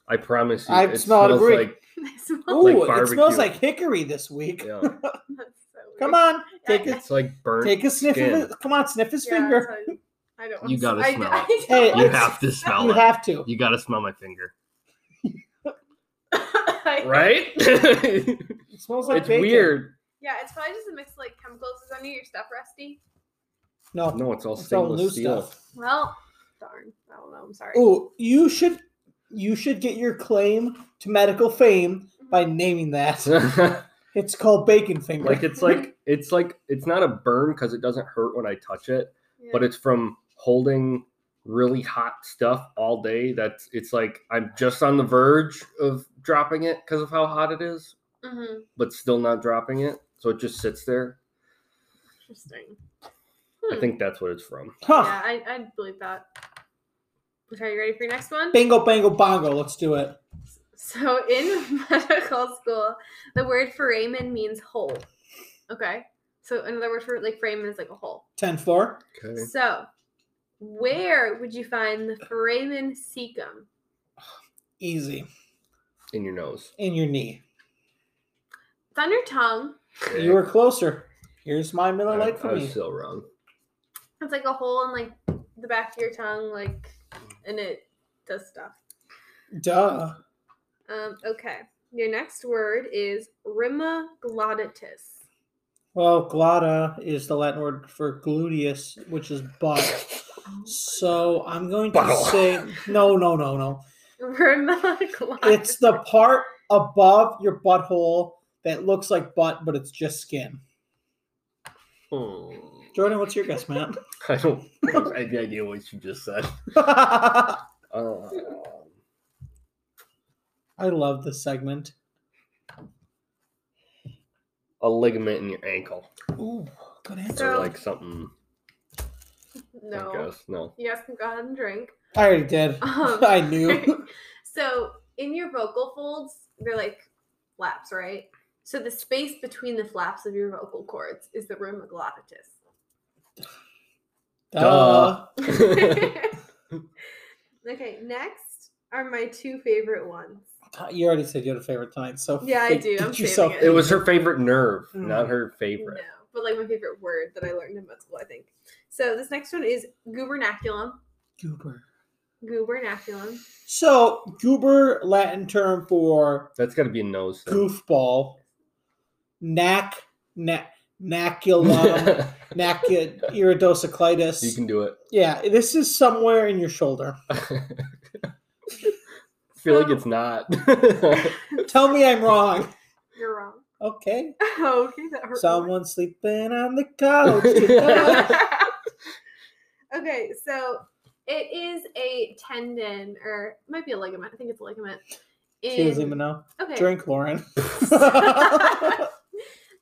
Speaker 3: finger.
Speaker 1: promise you.
Speaker 2: I smell it, agree.
Speaker 1: like
Speaker 3: I smell
Speaker 2: Ooh,
Speaker 1: like
Speaker 2: it smells
Speaker 1: barbecue.
Speaker 2: like hickory this week.
Speaker 1: yeah,
Speaker 3: that's so weird.
Speaker 2: Come on, take a
Speaker 1: it's like burnt.
Speaker 2: take a sniff
Speaker 1: skin.
Speaker 2: of it. Come on, sniff his
Speaker 3: Yeah,
Speaker 2: finger.
Speaker 3: that's how I don't
Speaker 1: You gotta
Speaker 3: wanna s- I-
Speaker 1: smell
Speaker 3: I,
Speaker 1: it.
Speaker 3: don't
Speaker 1: you
Speaker 2: Hey,
Speaker 3: wanna
Speaker 1: have to smell
Speaker 2: You
Speaker 1: it.
Speaker 2: have to.
Speaker 1: you gotta smell my finger,
Speaker 3: I-
Speaker 1: right? it's
Speaker 2: It smells like bacon.
Speaker 1: weird.
Speaker 3: Yeah, it's probably just a mix of like chemicals. Is any of your stuff rusty?
Speaker 2: No,
Speaker 1: No, it's all
Speaker 2: it's all
Speaker 1: stainless
Speaker 2: new
Speaker 1: steel.
Speaker 2: stuff.
Speaker 3: Well, darn. I don't know. I'm sorry.
Speaker 2: Oh, you should you should get your claim to medical fame
Speaker 3: Mm-hmm.
Speaker 2: by naming that. It's called bacon finger.
Speaker 1: like it's like it's like it's not a burn because it doesn't hurt when I touch it.
Speaker 3: Yeah.
Speaker 1: but it's from holding really hot stuff all day that's it's like i'm just on the verge of dropping it because of how hot it is
Speaker 3: Mhm.
Speaker 1: but still not dropping it so it just sits there
Speaker 3: interesting.
Speaker 1: i think that's what it's from
Speaker 2: huh.
Speaker 3: Yeah, I, I believe that. Okay, are you ready for your next one?
Speaker 2: Bingo bango bongo. Let's do it.
Speaker 3: So in medical school, the word foramen means hole. Okay. So another word for like foramen is like a hole.
Speaker 2: Ten floor.
Speaker 1: okay
Speaker 3: So where would you find the foramen cecum?
Speaker 2: Easy.
Speaker 1: in your nose
Speaker 2: In your knee.
Speaker 3: It's on your tongue.
Speaker 2: You were closer. Here's my Miller
Speaker 1: I,
Speaker 2: Lite
Speaker 1: I
Speaker 2: for
Speaker 1: was
Speaker 2: me.
Speaker 1: still wrong
Speaker 3: It's like a hole in like the back of your tongue, like, and it does stuff.
Speaker 2: Duh.
Speaker 3: Um, okay. Your next word is rimaglotitis.
Speaker 2: Well, glotta is the Latin word for gluteus, which is butt. So I'm going to
Speaker 1: Buttle.
Speaker 2: say no, no, no, no.
Speaker 3: Rimaglotitis.
Speaker 2: It's the part above your butthole that looks like butt, but it's just skin.
Speaker 1: Hmm.
Speaker 2: Jordan, what's your guess, man?
Speaker 1: i don't have any idea what you just said
Speaker 2: I
Speaker 1: uh,
Speaker 2: love this segment.
Speaker 1: a ligament in your ankle
Speaker 2: Ooh, good answer.
Speaker 1: or
Speaker 3: So-
Speaker 1: like something i
Speaker 3: no.
Speaker 1: guess no
Speaker 3: You guys can go ahead and drink.
Speaker 2: I already did.
Speaker 3: Um,
Speaker 2: I knew.
Speaker 3: so in your vocal folds, they're like flaps, right? So the space between the flaps of your vocal cords is the rimaglotitis.
Speaker 2: Duh.
Speaker 3: okay, next are my two favorite ones.
Speaker 2: You already said you had a favorite tonight, so
Speaker 3: Yeah, I
Speaker 2: fake-
Speaker 3: do.
Speaker 2: get
Speaker 3: I'm saving
Speaker 2: yourself-
Speaker 3: it.
Speaker 1: it was her favorite nerve
Speaker 2: Mm.
Speaker 1: not her
Speaker 3: No,
Speaker 1: favorite
Speaker 3: but like my favorite word that I learned in med school, I think. So this next one is gubernaculum.
Speaker 2: goober.
Speaker 3: Gubernaculum.
Speaker 2: So goober, Latin term for
Speaker 1: that's got to be a nose thing.
Speaker 2: goofball. Knack, knack, naculum, knack, iridociclitis.
Speaker 1: you can do it.
Speaker 2: yeah, this is somewhere in your shoulder.
Speaker 1: I feel
Speaker 3: Oh.
Speaker 1: like it's not. I
Speaker 2: Tell me I'm wrong.
Speaker 3: You're wrong.
Speaker 2: Okay.
Speaker 3: okay, that hurt. more.
Speaker 2: Someone sleeping on the
Speaker 3: Oh,
Speaker 2: couch. tonight.
Speaker 3: okay, so it is a tendon, or it might be a ligament. I think it's a ligament.
Speaker 2: she doesn't
Speaker 3: in-
Speaker 2: even know.
Speaker 3: okay,
Speaker 2: Drink, Lauren.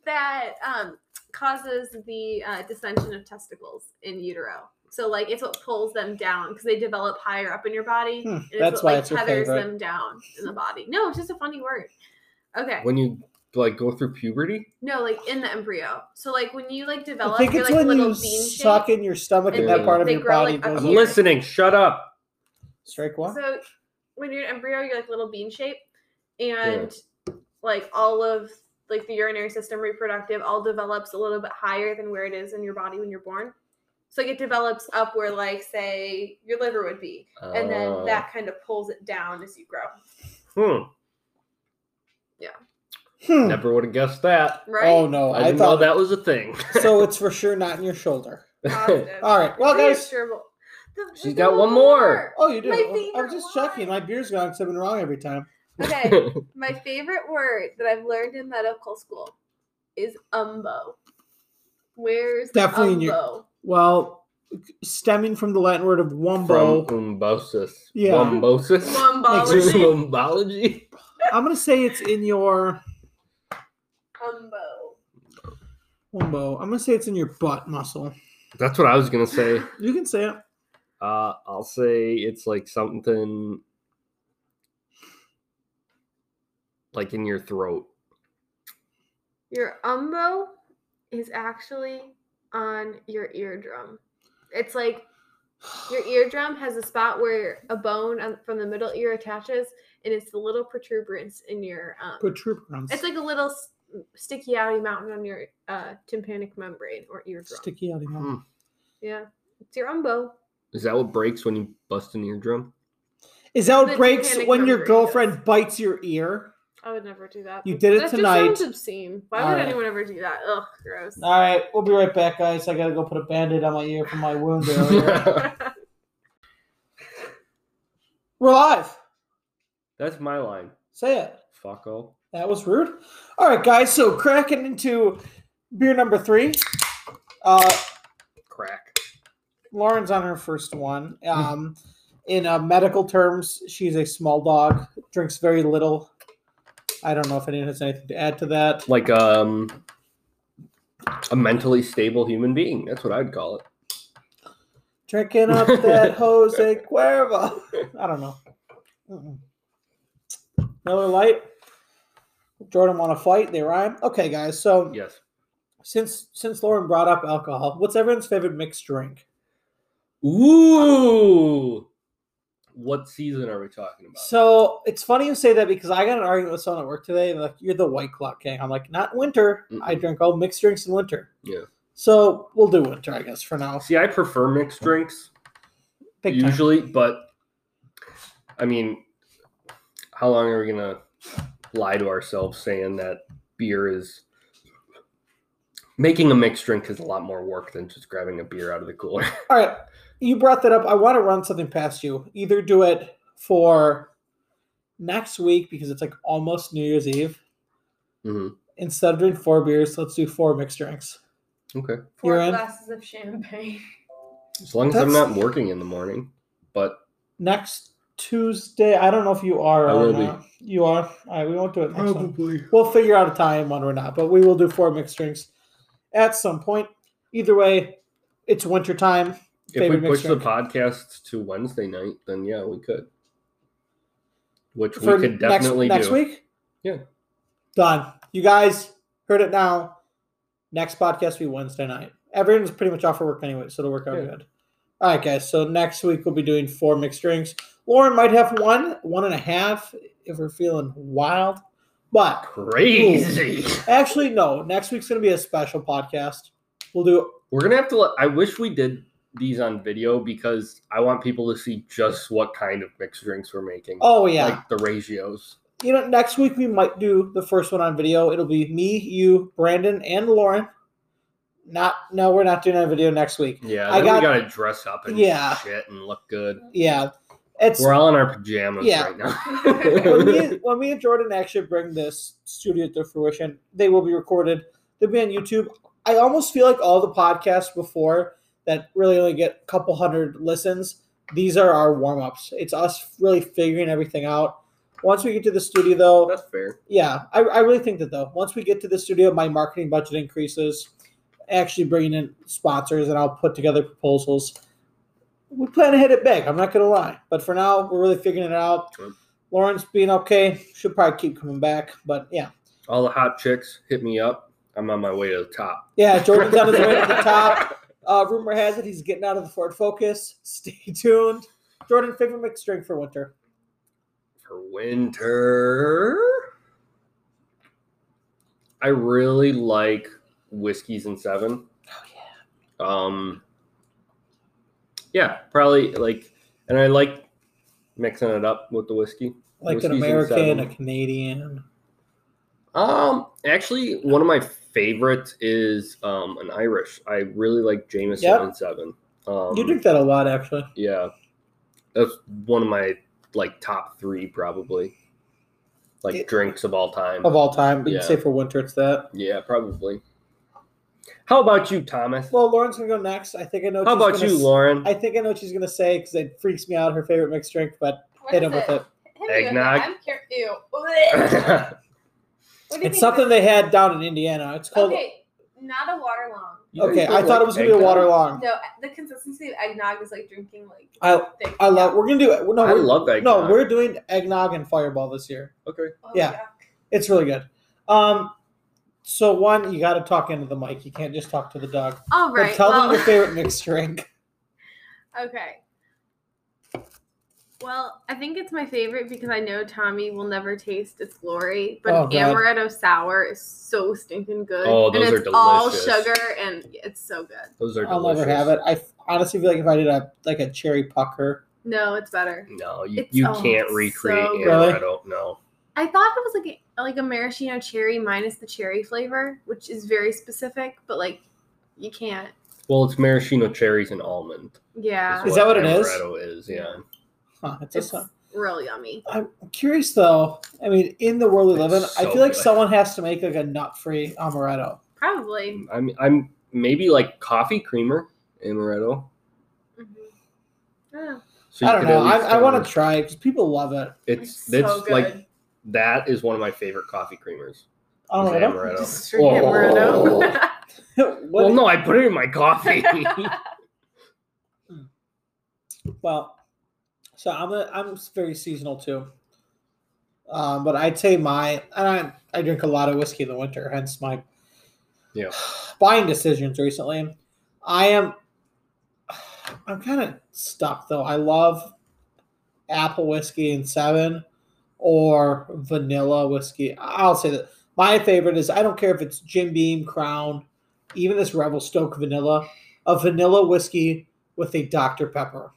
Speaker 3: that um, causes the uh, dissension of testicles in utero. So, like, it's what pulls them down because they develop higher up in your body.
Speaker 2: Hmm,
Speaker 3: and it's
Speaker 2: that's
Speaker 3: what,
Speaker 2: why
Speaker 3: like,
Speaker 2: it's your
Speaker 3: tethers
Speaker 2: favorite.
Speaker 3: them down in the body. No, it's just a funny word. Okay,
Speaker 1: when you like go through puberty,
Speaker 3: no, like in the embryo. So, like, when you like
Speaker 2: I
Speaker 3: develop,
Speaker 2: think
Speaker 3: you're
Speaker 2: it's
Speaker 3: like a
Speaker 2: when
Speaker 3: little
Speaker 2: you
Speaker 3: bean
Speaker 2: suck
Speaker 3: shape.
Speaker 2: in your stomach and
Speaker 1: and
Speaker 2: that part of
Speaker 3: they
Speaker 2: your
Speaker 3: grow,
Speaker 2: body
Speaker 3: like, up
Speaker 2: goes
Speaker 1: I'm
Speaker 3: here.
Speaker 1: listening. Shut up.
Speaker 2: straight one.
Speaker 3: So when you're an embryo, you're like a little bean shape, and like all of like the urinary system, reproductive, all develops a little bit higher than where it is in your body when you're born. So like it develops up where like say your liver would be, and
Speaker 1: Uh,
Speaker 3: then that kind of pulls it down as you grow,
Speaker 1: Hmm,
Speaker 2: Hmm.
Speaker 1: never would have guessed that.
Speaker 3: right?
Speaker 2: Oh no,
Speaker 1: I
Speaker 2: I,
Speaker 1: didn't know
Speaker 2: thought
Speaker 1: that was a thing.
Speaker 2: so. It's for sure not in your shoulder.
Speaker 3: Positive.
Speaker 2: All right, well,
Speaker 3: Pretty
Speaker 2: guys.
Speaker 3: sure we'll- the-
Speaker 1: Oh, She's
Speaker 3: the
Speaker 1: got one
Speaker 2: Oh, you do.
Speaker 3: My
Speaker 2: I
Speaker 3: favorite
Speaker 2: was just checking. My beer's gone because I've been wrong every time.
Speaker 3: Okay, my favorite word that I've learned in medical school is umbo. Where's
Speaker 2: Definitely in
Speaker 3: umbo?
Speaker 2: your- Well, stemming from the Latin word of
Speaker 1: From
Speaker 2: wombo,
Speaker 1: umbosis.
Speaker 2: Yeah.
Speaker 1: Wombosis.
Speaker 3: Wombology.
Speaker 1: Wombology.
Speaker 2: I'm gonna say it's in your
Speaker 3: Umbo.
Speaker 2: wombo. I'm gonna say it's in your butt muscle.
Speaker 1: That's what I was gonna say.
Speaker 2: You can say it.
Speaker 1: Uh, I'll say it's like something like in your throat.
Speaker 3: Your umbo is actually on your eardrum. It's like your eardrum has a spot where a bone on- from the middle ear attaches, and it's the little protuberance in your. Um,
Speaker 2: Protuberance.
Speaker 3: it's like a little s- sticky outy mountain on your uh, tympanic membrane or eardrum.
Speaker 2: sticky out
Speaker 1: Mm.
Speaker 2: even.
Speaker 3: yeah, it's your umbo.
Speaker 1: Is that what breaks when you bust an eardrum?
Speaker 2: Is that what
Speaker 3: The
Speaker 2: breaks
Speaker 3: Titanic
Speaker 2: when your
Speaker 3: membrane, yes.
Speaker 2: girlfriend bites your ear?
Speaker 3: I would never do that.
Speaker 2: You
Speaker 3: That-
Speaker 2: did it
Speaker 3: that
Speaker 2: tonight.
Speaker 3: Just sounds obscene. Why
Speaker 2: All
Speaker 3: would
Speaker 2: right.
Speaker 3: anyone ever do that? Ugh, gross.
Speaker 2: All right, we'll be right back, guys. I gotta go put a band-aid on my ear from my wound earlier. We're live.
Speaker 1: That's my line.
Speaker 2: Say it.
Speaker 1: Fucko.
Speaker 2: That was rude. All right, guys. So cracking into beer number three. Uh,
Speaker 1: Crack.
Speaker 2: Lauren's on her first one. Um, in uh, medical terms, she's a small dog. Drinks very little. I don't know if anyone has anything to add to that.
Speaker 1: Like um a mentally stable human being. That's what I'd call it.
Speaker 2: Drinking up that Jose Cuervo. I don't know. Mm-mm. Miller Light. Jordan want to fight? They rhyme. Okay, guys. So
Speaker 1: Yes.
Speaker 2: since since Lauren brought up alcohol, what's everyone's favorite mixed drink?
Speaker 1: Ooh. What season are we talking about?
Speaker 2: So it's funny you say that because I got in an argument with someone at work today, and they're like, "You're the White Clock King." I'm like, "Not winter. I
Speaker 1: Mm-mm.
Speaker 2: drink all mixed drinks in winter."
Speaker 1: Yeah.
Speaker 2: So we'll do winter, I guess, for now.
Speaker 1: See, I prefer mixed drinks
Speaker 2: Big time.
Speaker 1: usually, but I mean, how long are we gonna lie to ourselves saying that beer is making a mixed drink is a lot more work than just grabbing a beer out of the cooler?
Speaker 2: All right, you brought that up. I want to run something past you. Either do it for next week because it's like almost New Year's Eve.
Speaker 1: Mhm.
Speaker 2: Instead of doing four beers, let's do four mixed drinks.
Speaker 1: Okay,
Speaker 3: Four
Speaker 2: You're in?
Speaker 3: glasses of champagne.
Speaker 1: as long as I'm
Speaker 2: That's-
Speaker 1: not working in the morning, but
Speaker 2: Next Tuesday, I don't know if you are
Speaker 1: I
Speaker 2: or
Speaker 1: will be.
Speaker 2: not. You are. All right, we won't do it next one. We'll figure out a time when we're not, but we will do four mixed drinks at some point. Either way, it's winter time.
Speaker 1: if we
Speaker 2: Favorite
Speaker 1: push
Speaker 2: mixed
Speaker 1: the
Speaker 2: drink.
Speaker 1: podcast to Wednesday night, then yeah, we could. Which
Speaker 2: for
Speaker 1: we could
Speaker 2: next-
Speaker 1: definitely
Speaker 2: next,
Speaker 1: do.
Speaker 2: week.
Speaker 1: Yeah.
Speaker 2: Done. You guys heard it now. Next podcast will be Wednesday night. Everyone's pretty much off for work anyway, so it'll work out
Speaker 1: Yeah.
Speaker 2: good. All right, guys. So next week we'll be doing four mixed drinks. Lauren might have one, one and a half if we're feeling wild. But
Speaker 1: Crazy.
Speaker 2: actually, no. Next week's going to be a special podcast. We'll do
Speaker 1: We're gonna have to. Let, I wish we did these on video because I want people to see just what kind of mixed drinks we're making.
Speaker 2: Oh yeah.
Speaker 1: like the ratios.
Speaker 2: you know, next week we might do the first one on video. It'll be me, you, Brandon, and Lauren. Not no, we're not doing a video next week.
Speaker 1: Yeah,
Speaker 2: I
Speaker 1: then we
Speaker 2: got-
Speaker 1: gotta dress up and
Speaker 2: Yeah.
Speaker 1: shit and look good.
Speaker 2: Yeah. It's
Speaker 1: We're all in our pajamas
Speaker 2: Yeah.
Speaker 1: right now.
Speaker 2: when we when we and Jordan actually bring this studio to fruition, they will be recorded. They'll be on YouTube. I almost feel like all the podcasts before that really only get a couple hundred listens. These are our warm ups. It's us really figuring everything out. Once we get to the studio, though,
Speaker 1: That's fair.
Speaker 2: Yeah, I, I really think that though. Once we get to the studio, my marketing budget increases. Actually, bringing in sponsors, and I'll put together proposals. We plan to hit it big. I'm not gonna lie, but for now, we're really figuring it out.
Speaker 1: Sure.
Speaker 2: Lauren's being okay. She'll probably keep coming back, but yeah,
Speaker 1: All the hot chicks hit me up. I'm on my way to the top.
Speaker 2: yeah. Jordan's on his way to the top. Uh, rumor has it he's getting out of the Ford Focus. Stay tuned. Jordan, favorite mixed drink for winter?
Speaker 1: for winter. I really like whiskeys and seven.
Speaker 2: Oh yeah.
Speaker 1: Um, yeah, probably like, and I like mixing it up with the whiskey.
Speaker 2: Like
Speaker 1: Whiskeys
Speaker 2: an
Speaker 1: and
Speaker 2: American,
Speaker 1: seven.
Speaker 2: a Canadian.
Speaker 1: Um, actually, one of my favorites is um an Irish. I really like Jameson
Speaker 2: Yep.
Speaker 1: and seven. Um,
Speaker 2: You drink that a lot, actually.
Speaker 1: yeah, that's one of my like top three probably, like
Speaker 2: It-
Speaker 1: drinks of all time.
Speaker 2: of all time. But you'd
Speaker 1: Yeah.
Speaker 2: say for winter, it's that.
Speaker 1: Yeah, probably. How about you, Thomas?
Speaker 2: Well, Lauren's gonna go next. I think I know. what
Speaker 1: How
Speaker 2: she's
Speaker 1: about
Speaker 2: gonna
Speaker 1: you,
Speaker 2: s-
Speaker 1: Lauren?
Speaker 2: I think I know what she's gonna say because it freaks me out. Her favorite mixed drink, but
Speaker 3: What
Speaker 2: hit
Speaker 3: is
Speaker 2: him with it.
Speaker 3: Hit me with it.
Speaker 1: Eggnog?
Speaker 3: I'm cur- Ew. Blech. What do you
Speaker 2: It's
Speaker 3: think
Speaker 2: something
Speaker 3: this-
Speaker 2: they had down in Indiana. It's called. Okay,
Speaker 3: Okay, not a water long.
Speaker 2: I thought it was gonna be a water long.
Speaker 3: No, the consistency of eggnog is like drinking like.
Speaker 2: I
Speaker 3: thick-
Speaker 2: I love. We're gonna do it. No,
Speaker 1: I
Speaker 2: we're,
Speaker 1: love eggnog.
Speaker 2: no, we're doing eggnog and fireball this year.
Speaker 1: okay.
Speaker 3: Oh,
Speaker 2: yeah.
Speaker 3: yuck.
Speaker 2: It's really good. Um, so one, you got to talk into the mic. You can't just talk to the dog.
Speaker 3: All
Speaker 2: But
Speaker 3: right.
Speaker 2: tell
Speaker 3: well,
Speaker 2: them your favorite mixed drink.
Speaker 3: okay. Well, I think it's my favorite because I know Tommy will never taste its glory, but
Speaker 2: Oh,
Speaker 3: an
Speaker 2: God.
Speaker 3: amaretto sour is so stinking good.
Speaker 1: Oh, those
Speaker 3: and
Speaker 1: are
Speaker 3: it's all
Speaker 1: delicious.
Speaker 3: sugar and it's so good.
Speaker 1: Those are
Speaker 2: I'll
Speaker 1: delicious.
Speaker 2: never have it. I f- honestly feel like if I did a like a cherry pucker,
Speaker 3: No, it's better.
Speaker 1: No, you,
Speaker 3: It's-
Speaker 1: you
Speaker 3: oh,
Speaker 1: can't
Speaker 3: it's
Speaker 1: recreate
Speaker 3: so
Speaker 2: good. Really?
Speaker 1: amaretto. No.
Speaker 3: I thought it was like a, like a maraschino cherry minus the cherry flavor, which is very specific, but like you can't.
Speaker 1: Well, it's maraschino cherries and almond.
Speaker 3: Yeah.
Speaker 2: Is that what it is?
Speaker 1: Amaretto is, yeah.
Speaker 2: huh, it's,
Speaker 3: It's
Speaker 2: a.
Speaker 3: real yummy.
Speaker 2: I'm curious though. I mean, in the world we live in,
Speaker 1: It's
Speaker 2: I
Speaker 1: so
Speaker 2: feel like
Speaker 1: good.
Speaker 2: someone has to make like a nut-free amaretto.
Speaker 3: Probably.
Speaker 1: I'm, I'm maybe like coffee creamer, amaretto.
Speaker 3: Mhm. Yeah.
Speaker 1: So
Speaker 2: I
Speaker 1: you
Speaker 2: don't
Speaker 1: could at
Speaker 2: know. I,
Speaker 1: least
Speaker 2: I want
Speaker 1: go-
Speaker 2: to try it because people love it.
Speaker 1: It's
Speaker 3: It's
Speaker 1: that's
Speaker 3: so good.
Speaker 1: like that is one of my favorite coffee creamers. is
Speaker 2: Amaretto.
Speaker 1: amaretto.
Speaker 3: Just straight
Speaker 1: Oh.
Speaker 3: amaretto.
Speaker 2: What-
Speaker 1: Well, no, I put it in my coffee.
Speaker 2: Well, so I'm a, I'm very seasonal too. Um, but I'd say my and I I drink a lot of whiskey in the winter, hence my
Speaker 1: Yeah.
Speaker 2: buying decisions recently. I am I'm kind of stuck though. I love apple whiskey and seven or vanilla whiskey. I'll say that my favorite is I don't care if it's Jim Beam, Crown, even this Rebel Stoke vanilla, a vanilla whiskey with a Dr. Pepper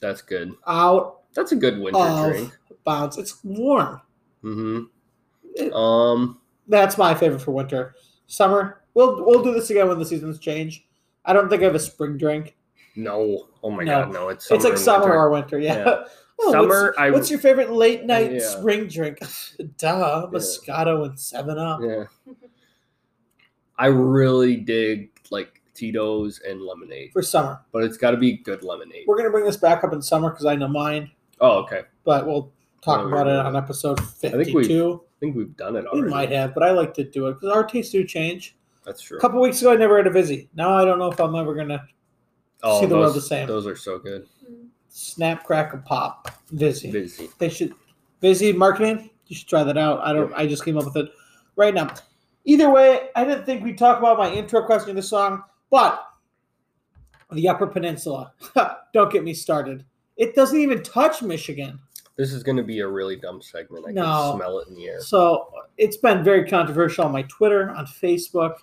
Speaker 1: that's good.
Speaker 2: out
Speaker 1: That's a good winter
Speaker 2: Of-
Speaker 1: drink.
Speaker 2: bounds. It's warm.
Speaker 1: Mm-hmm. Um,
Speaker 2: That's my favorite for winter. Summer, we'll we'll do this again when the seasons change. I don't think I have a spring drink.
Speaker 1: no. Oh my
Speaker 2: No.
Speaker 1: god, no. It's summer
Speaker 2: it's like
Speaker 1: and
Speaker 2: summer
Speaker 1: winter.
Speaker 2: or winter, yeah.
Speaker 1: Yeah.
Speaker 2: Oh,
Speaker 1: Summer,
Speaker 2: What's,
Speaker 1: I-
Speaker 2: what's your favorite late night
Speaker 1: Yeah.
Speaker 2: spring drink? Duh, Moscato and Seven Up.
Speaker 1: Yeah. I really dig like Tito's and lemonade,
Speaker 2: For summer,
Speaker 1: but it's got to be good lemonade.
Speaker 2: we're gonna bring this back up in summer because I know mine,
Speaker 1: Oh, okay. I
Speaker 2: but we'll talk
Speaker 1: Yeah, we-
Speaker 2: about it on episode
Speaker 1: Oh, think we've
Speaker 2: fifty-two.
Speaker 1: think we've done it
Speaker 2: We
Speaker 1: already.
Speaker 2: might have, but I like to do it because our tastes do change.
Speaker 1: That's true.
Speaker 2: A couple weeks ago, I never had a Vizzy. Now I don't know if I'm ever gonna
Speaker 1: oh,
Speaker 2: see the
Speaker 1: those,
Speaker 2: world the same.
Speaker 1: Those are so good.
Speaker 2: snap, crackle, pop, Vizzy.
Speaker 1: Busy.
Speaker 2: they should busy marketing you should try that out i don't i just came up with it right now either way i didn't think we'd talk about my intro question of the song but the upper peninsula don't get me started it doesn't even touch michigan
Speaker 1: This is going to be a really dumb segment. I
Speaker 2: No.
Speaker 1: can smell it in the air.
Speaker 2: so it's been very controversial on my twitter on facebook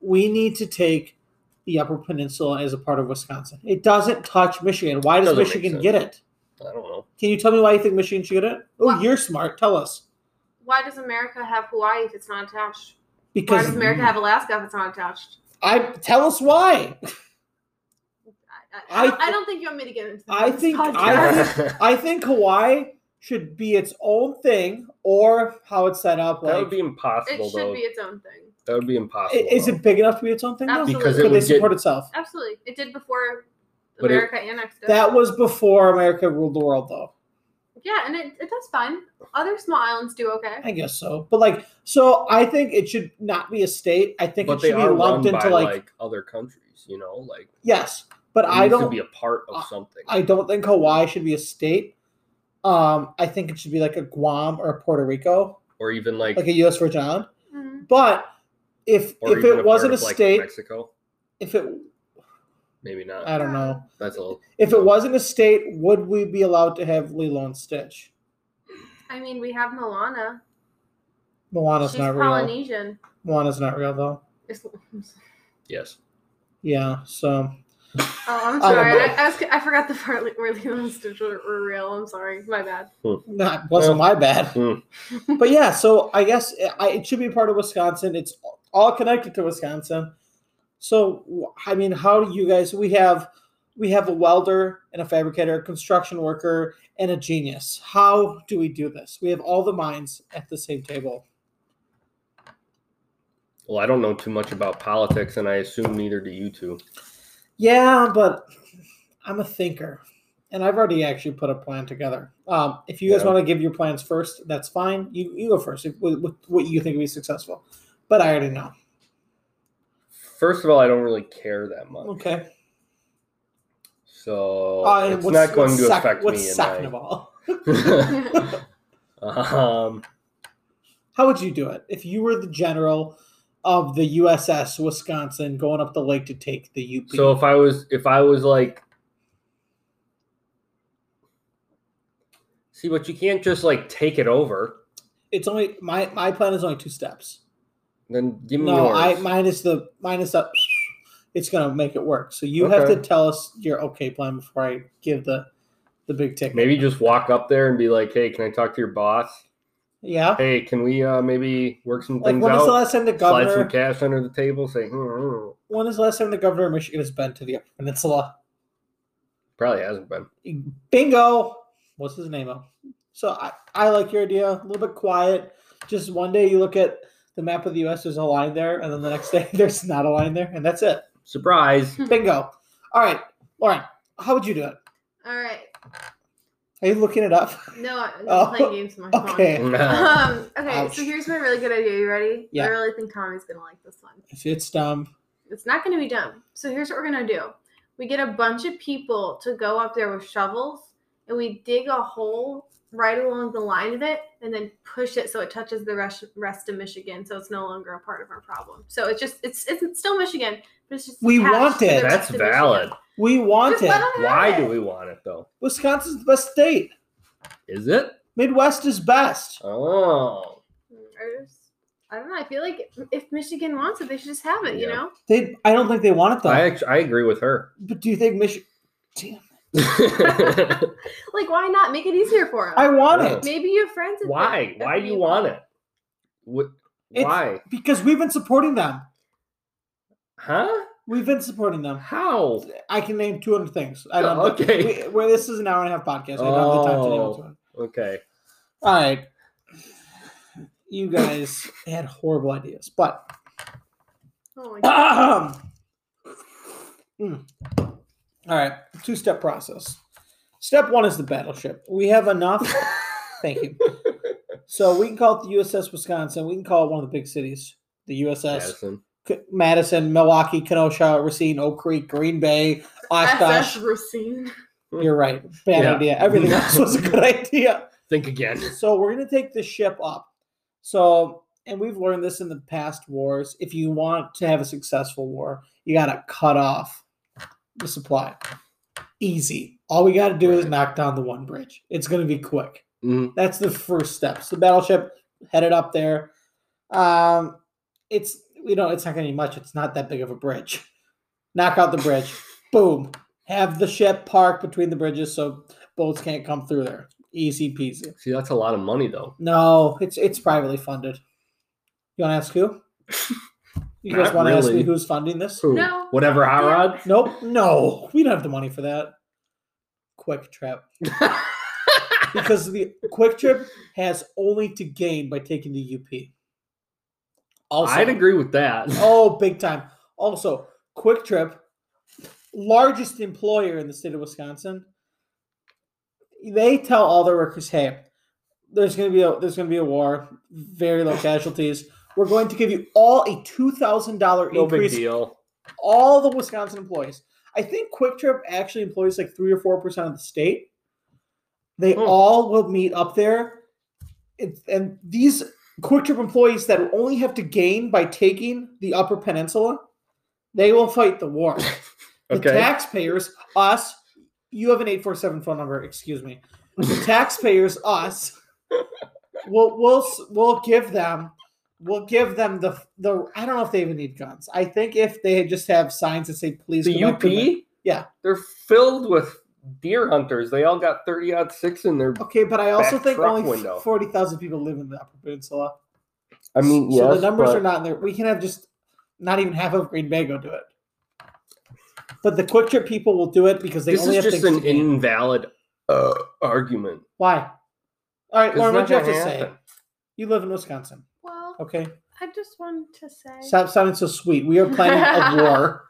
Speaker 2: we need to take the upper peninsula as a part of wisconsin it doesn't touch michigan why does
Speaker 1: Doesn't make
Speaker 2: michigan
Speaker 1: sense.
Speaker 2: get it
Speaker 1: I don't know.
Speaker 2: can you tell me why you think michigan should get it oh
Speaker 3: Why-
Speaker 2: you're smart tell us
Speaker 3: Why does America have Hawaii if it's not attached? Why
Speaker 2: because
Speaker 3: does America have Alaska if it's not attached?
Speaker 2: I tell us why.
Speaker 3: I, I,
Speaker 2: I
Speaker 3: don't- I
Speaker 2: thi-
Speaker 3: don't think you want me to get into
Speaker 2: I
Speaker 3: this
Speaker 2: think-
Speaker 3: podcast.
Speaker 2: I I think Hawaii should be its own thing, or how it's set up.
Speaker 1: that
Speaker 2: Like,
Speaker 1: would be impossible,
Speaker 3: it should
Speaker 1: though.
Speaker 3: be its own thing.
Speaker 1: that would be
Speaker 2: I-
Speaker 1: impossible.
Speaker 2: is
Speaker 1: though.
Speaker 2: it big enough to be its own thing? though?
Speaker 3: Absolutely.
Speaker 1: because it
Speaker 2: Could they
Speaker 1: would get
Speaker 2: support itself?
Speaker 3: Absolutely, it did before
Speaker 1: But it-
Speaker 3: America annexed it.
Speaker 2: That was before America ruled the world, though.
Speaker 3: yeah, and it, it does fine. Other small islands do okay.
Speaker 2: I guess so. But like, so I think it should not be a state. I think
Speaker 1: but
Speaker 2: it
Speaker 1: they
Speaker 2: should be
Speaker 1: are run
Speaker 2: lumped
Speaker 1: by
Speaker 2: into like,
Speaker 1: like, other countries, you know, like
Speaker 2: yes. But
Speaker 1: it
Speaker 2: I
Speaker 1: needs
Speaker 2: don't.
Speaker 1: to be a part of something.
Speaker 2: I don't think Hawaii should be a state. Um, I think it should be like a Guam or a Puerto Rico,
Speaker 1: or even like,
Speaker 2: like a U.S. Virgin Island.
Speaker 3: Mhm.
Speaker 2: But if
Speaker 1: or
Speaker 2: if
Speaker 1: even
Speaker 2: it wasn't a
Speaker 1: part of, like,
Speaker 2: state, Uh,
Speaker 1: Mexico,
Speaker 2: if it
Speaker 1: maybe not.
Speaker 2: I don't know.
Speaker 1: That's a little.
Speaker 2: If it wasn't a state, would we be allowed to have Lilo and Stitch?
Speaker 3: I mean, we have Moana.
Speaker 2: Moana's
Speaker 3: She's
Speaker 2: not real.
Speaker 3: Polynesian.
Speaker 2: Moana's not real though.
Speaker 3: It's-
Speaker 1: Yes.
Speaker 2: Yeah, so
Speaker 3: Oh, I'm
Speaker 2: I don't
Speaker 3: sorry.
Speaker 2: know.
Speaker 3: I, I, was, I forgot the part like, where Lilo and Stitch were, were real. I'm sorry. My bad.
Speaker 2: that wasn't my bad.
Speaker 1: Hmm.
Speaker 2: but yeah, so I guess it, I, it should be part of Wisconsin. It's all connected to Wisconsin. So wh- I mean, how do you guys? We have we have a welder and a fabricator, a construction worker, and a genius. How do we do this? We have all the minds at the same table.
Speaker 1: Well, I don't know too much about politics, and I assume neither do you two.
Speaker 2: Yeah, but I'm a thinker, and I've already actually put a plan together. Um, if you guys
Speaker 1: Yeah.
Speaker 2: want to give your plans first, that's fine. You you go first. If, with, with what you think would be successful, but I already know.
Speaker 1: First of all, I don't really care that much,
Speaker 2: Okay.
Speaker 1: so
Speaker 2: Uh, and
Speaker 1: it's not going to
Speaker 2: sec-
Speaker 1: affect
Speaker 2: what's
Speaker 1: me. in
Speaker 2: second
Speaker 1: my-
Speaker 2: of all?
Speaker 1: um,
Speaker 2: How would you do it if you were the general of the USS Wisconsin going up the lake to take the UP?
Speaker 1: So if I was if I was like See, but you can't just like take it over.
Speaker 2: it's only my my plan is only two steps.
Speaker 1: Then give me
Speaker 2: No,
Speaker 1: yours.
Speaker 2: I minus the minus up. It's gonna make it work. So you have
Speaker 1: Okay.
Speaker 2: to tell us your okay plan before I give the the big ticket.
Speaker 1: maybe just walk up there and be like, "Hey, can I talk to your boss?
Speaker 2: Yeah.
Speaker 1: Hey, can we uh maybe work some
Speaker 2: Like
Speaker 1: things
Speaker 2: when is the
Speaker 1: out?
Speaker 2: last time the
Speaker 1: Slide some
Speaker 2: governor?
Speaker 1: cash under the table. Say, hmm, hmm.
Speaker 2: When is the last time the governor of Michigan has been to the Upper Peninsula?
Speaker 1: probably hasn't been.
Speaker 2: Bingo. What's his name? Of? So I I like your idea. A little bit quiet. Just one day you look at the map of the U.S. There's a line there, and then the next day there's not a line there, and that's it.
Speaker 1: Surprise!
Speaker 2: Bingo. All right, Lauren, how would you do it?
Speaker 3: All right.
Speaker 2: Are you looking it up?
Speaker 3: No, I'm
Speaker 2: Oh,
Speaker 3: playing games with my phone.
Speaker 2: Okay.
Speaker 3: Um, okay,
Speaker 2: Ouch.
Speaker 3: so here's my really good idea. You ready?
Speaker 2: Yeah.
Speaker 3: I really think Tommy's gonna like this one.
Speaker 2: If it's dumb,
Speaker 3: It's not gonna be dumb. So here's what we're gonna do. We get a bunch of people to go up there with shovels and we dig a hole right along the line of it and then push it so it touches the rest, rest of Michigan so it's no longer a part of our problem. So it's just it's it's, it's still Michigan, but it's just
Speaker 2: We
Speaker 3: attached
Speaker 2: want
Speaker 3: to the
Speaker 2: it.
Speaker 3: rest
Speaker 1: That's
Speaker 3: of Michigan.
Speaker 1: valid.
Speaker 2: we want
Speaker 3: Just let
Speaker 2: it.
Speaker 3: 'em have
Speaker 1: Why
Speaker 3: it.
Speaker 1: do we want it though?
Speaker 2: Wisconsin's the best state.
Speaker 1: Is it?
Speaker 2: Midwest is best.
Speaker 1: Oh,
Speaker 3: I just- I don't know. I feel like if Michigan wants it, they should just have it, you
Speaker 1: Yeah.
Speaker 3: know?
Speaker 2: They, I don't think they want it though.
Speaker 1: I actually, I agree with her.
Speaker 2: but do you think Michigan?
Speaker 3: Like, why not? Make it easier for them.
Speaker 2: I want
Speaker 1: Yeah.
Speaker 2: it
Speaker 3: Maybe your friends. at the-
Speaker 1: why?
Speaker 3: at
Speaker 1: Why
Speaker 3: the
Speaker 1: do you
Speaker 3: meeting.
Speaker 1: want it? What?
Speaker 2: It's-
Speaker 1: Why?
Speaker 2: because we've been supporting them.
Speaker 1: Huh?
Speaker 2: We've been supporting them.
Speaker 1: How?
Speaker 2: I can name 200 things. I don't.
Speaker 1: Okay.
Speaker 2: We, well, this is an hour and a half podcast. I don't have the time to name all
Speaker 1: Oh.
Speaker 2: 200.
Speaker 1: Okay.
Speaker 2: All right. You guys had horrible ideas, but
Speaker 3: Oh my God.
Speaker 2: Ahem. Mm. All right, two step process. Step one is the battleship. We have enough. Thank you. So we can call it the USS Wisconsin. We can call it one of the big cities. The USS
Speaker 1: Madison.
Speaker 2: K- Madison, Milwaukee, Kenosha, Racine, Oak Creek, Green Bay,
Speaker 3: SS
Speaker 2: Oshkosh.
Speaker 3: Racine.
Speaker 2: You're right. Bad
Speaker 1: Yeah.
Speaker 2: idea. Everything else was a good idea.
Speaker 1: Think again.
Speaker 2: So we're gonna take the ship up. So and we've learned this in the past wars. If you want to have a successful war, you gotta cut off the supply. Easy. All we gotta do is
Speaker 1: Right.
Speaker 2: knock down the one bridge. It's gonna be quick.
Speaker 1: Mhm.
Speaker 2: That's the first steps. The battleship headed up there. Um, it's you know it's not gonna be much. It's not that big of a bridge. Knock out the bridge. Boom. Have the ship parked between the bridges so boats can't come through there. Easy peasy.
Speaker 1: See, that's a lot of money though.
Speaker 2: No, it's it's privately funded. You want to ask who? You guys
Speaker 1: Not
Speaker 2: want to ask me
Speaker 1: really.
Speaker 2: who's funding this?
Speaker 1: Who?
Speaker 3: No.
Speaker 1: Whatever, Hot Rod.
Speaker 2: Nope. No, we don't have the money for that. Quick Trip, because the Quick Trip has only to gain by taking the UP. Also,
Speaker 1: I'd agree with that.
Speaker 2: oh, big time. Also, Quick Trip, largest employer in the state of Wisconsin. They tell all their workers, "Hey, there's going to be a there's going to be a war, very low casualties. We're going to give you all a two thousand dollar
Speaker 1: no big
Speaker 2: increase.
Speaker 1: deal.
Speaker 2: All the Wisconsin employees. I think Quick Trip actually employs like three or four percent of the state. They
Speaker 1: Hmm.
Speaker 2: all will meet up there, and, and these Quick Trip employees that only have to gain by taking the Upper Peninsula, they will fight the war. The
Speaker 1: Okay.
Speaker 2: taxpayers, us, you have an 847 phone number, excuse me. The taxpayers, us, we'll, we'll, s- we'll give them, we'll give them the, the, I don't know if they even need guns. I think if they just have signs that say, please,
Speaker 1: the
Speaker 2: come back to me-
Speaker 1: UP.
Speaker 2: Yeah.
Speaker 1: They're filled with deer hunters. They all got thirty odd six in their.
Speaker 2: Okay, but I also
Speaker 1: Back
Speaker 2: think
Speaker 1: truck
Speaker 2: only
Speaker 1: window.
Speaker 2: 40,000 people live in the Upper Peninsula.
Speaker 1: I mean,
Speaker 2: so
Speaker 1: yes,
Speaker 2: the numbers
Speaker 1: but-
Speaker 2: are not in there. We can have just not even half of Green Bay go do it. But the quick trip people will do it because they
Speaker 1: This
Speaker 2: only
Speaker 1: is
Speaker 2: have
Speaker 1: just
Speaker 2: things to
Speaker 1: an
Speaker 2: gain.
Speaker 1: invalid uh, argument.
Speaker 2: Why? All right,
Speaker 1: It's
Speaker 2: Lauren, what
Speaker 1: not
Speaker 2: do you have to
Speaker 1: gonna
Speaker 2: say?
Speaker 1: happen.
Speaker 2: You live in Wisconsin,
Speaker 3: Well,
Speaker 2: okay?
Speaker 3: I just wanted to say.
Speaker 2: Stop sounding so sweet. We are planning a war,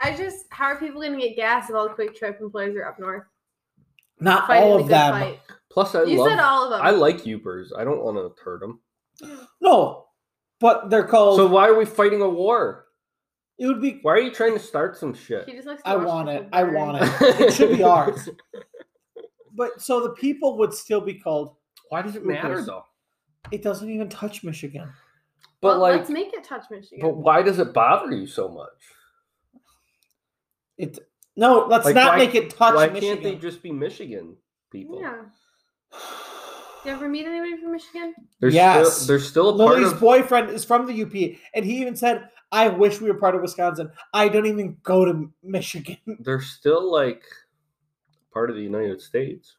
Speaker 3: I just, how are people going to get gas if all the quick trip employees are up north?
Speaker 2: not
Speaker 3: Fighting
Speaker 2: all
Speaker 3: the
Speaker 2: of
Speaker 3: good
Speaker 2: them.
Speaker 3: fight.
Speaker 1: Plus, I
Speaker 3: You
Speaker 1: love.
Speaker 3: said all of them.
Speaker 1: I like Ubers. I don't want to hurt them.
Speaker 2: No, but they're called.
Speaker 1: So why are we fighting a war?
Speaker 2: it would be.
Speaker 1: Why are you trying to start some shit?
Speaker 3: he just likes to
Speaker 2: I
Speaker 3: watch
Speaker 2: want
Speaker 3: people
Speaker 2: it. I
Speaker 3: burn.
Speaker 2: want it. It should be ours. But so the people would still be called.
Speaker 1: Why does it matter
Speaker 2: Ubers.
Speaker 1: though?
Speaker 2: It doesn't even touch Michigan.
Speaker 3: But
Speaker 5: But
Speaker 3: well,
Speaker 5: like,
Speaker 3: let's make it touch Michigan.
Speaker 5: but why does it bother you so much?
Speaker 2: It no, let's
Speaker 1: Like,
Speaker 2: not
Speaker 1: why-
Speaker 2: make it touch
Speaker 1: Why
Speaker 2: Michigan.
Speaker 1: can't they just be Michigan people?
Speaker 3: yeah. You ever meet anybody from Michigan?
Speaker 1: There's
Speaker 2: Yes.
Speaker 1: still, there's still a part
Speaker 2: Lily's
Speaker 1: of
Speaker 2: boyfriend is from the UP, and he even said, "I wish we were part of Wisconsin. I don't even go to Michigan."
Speaker 1: they're still like part of the United States.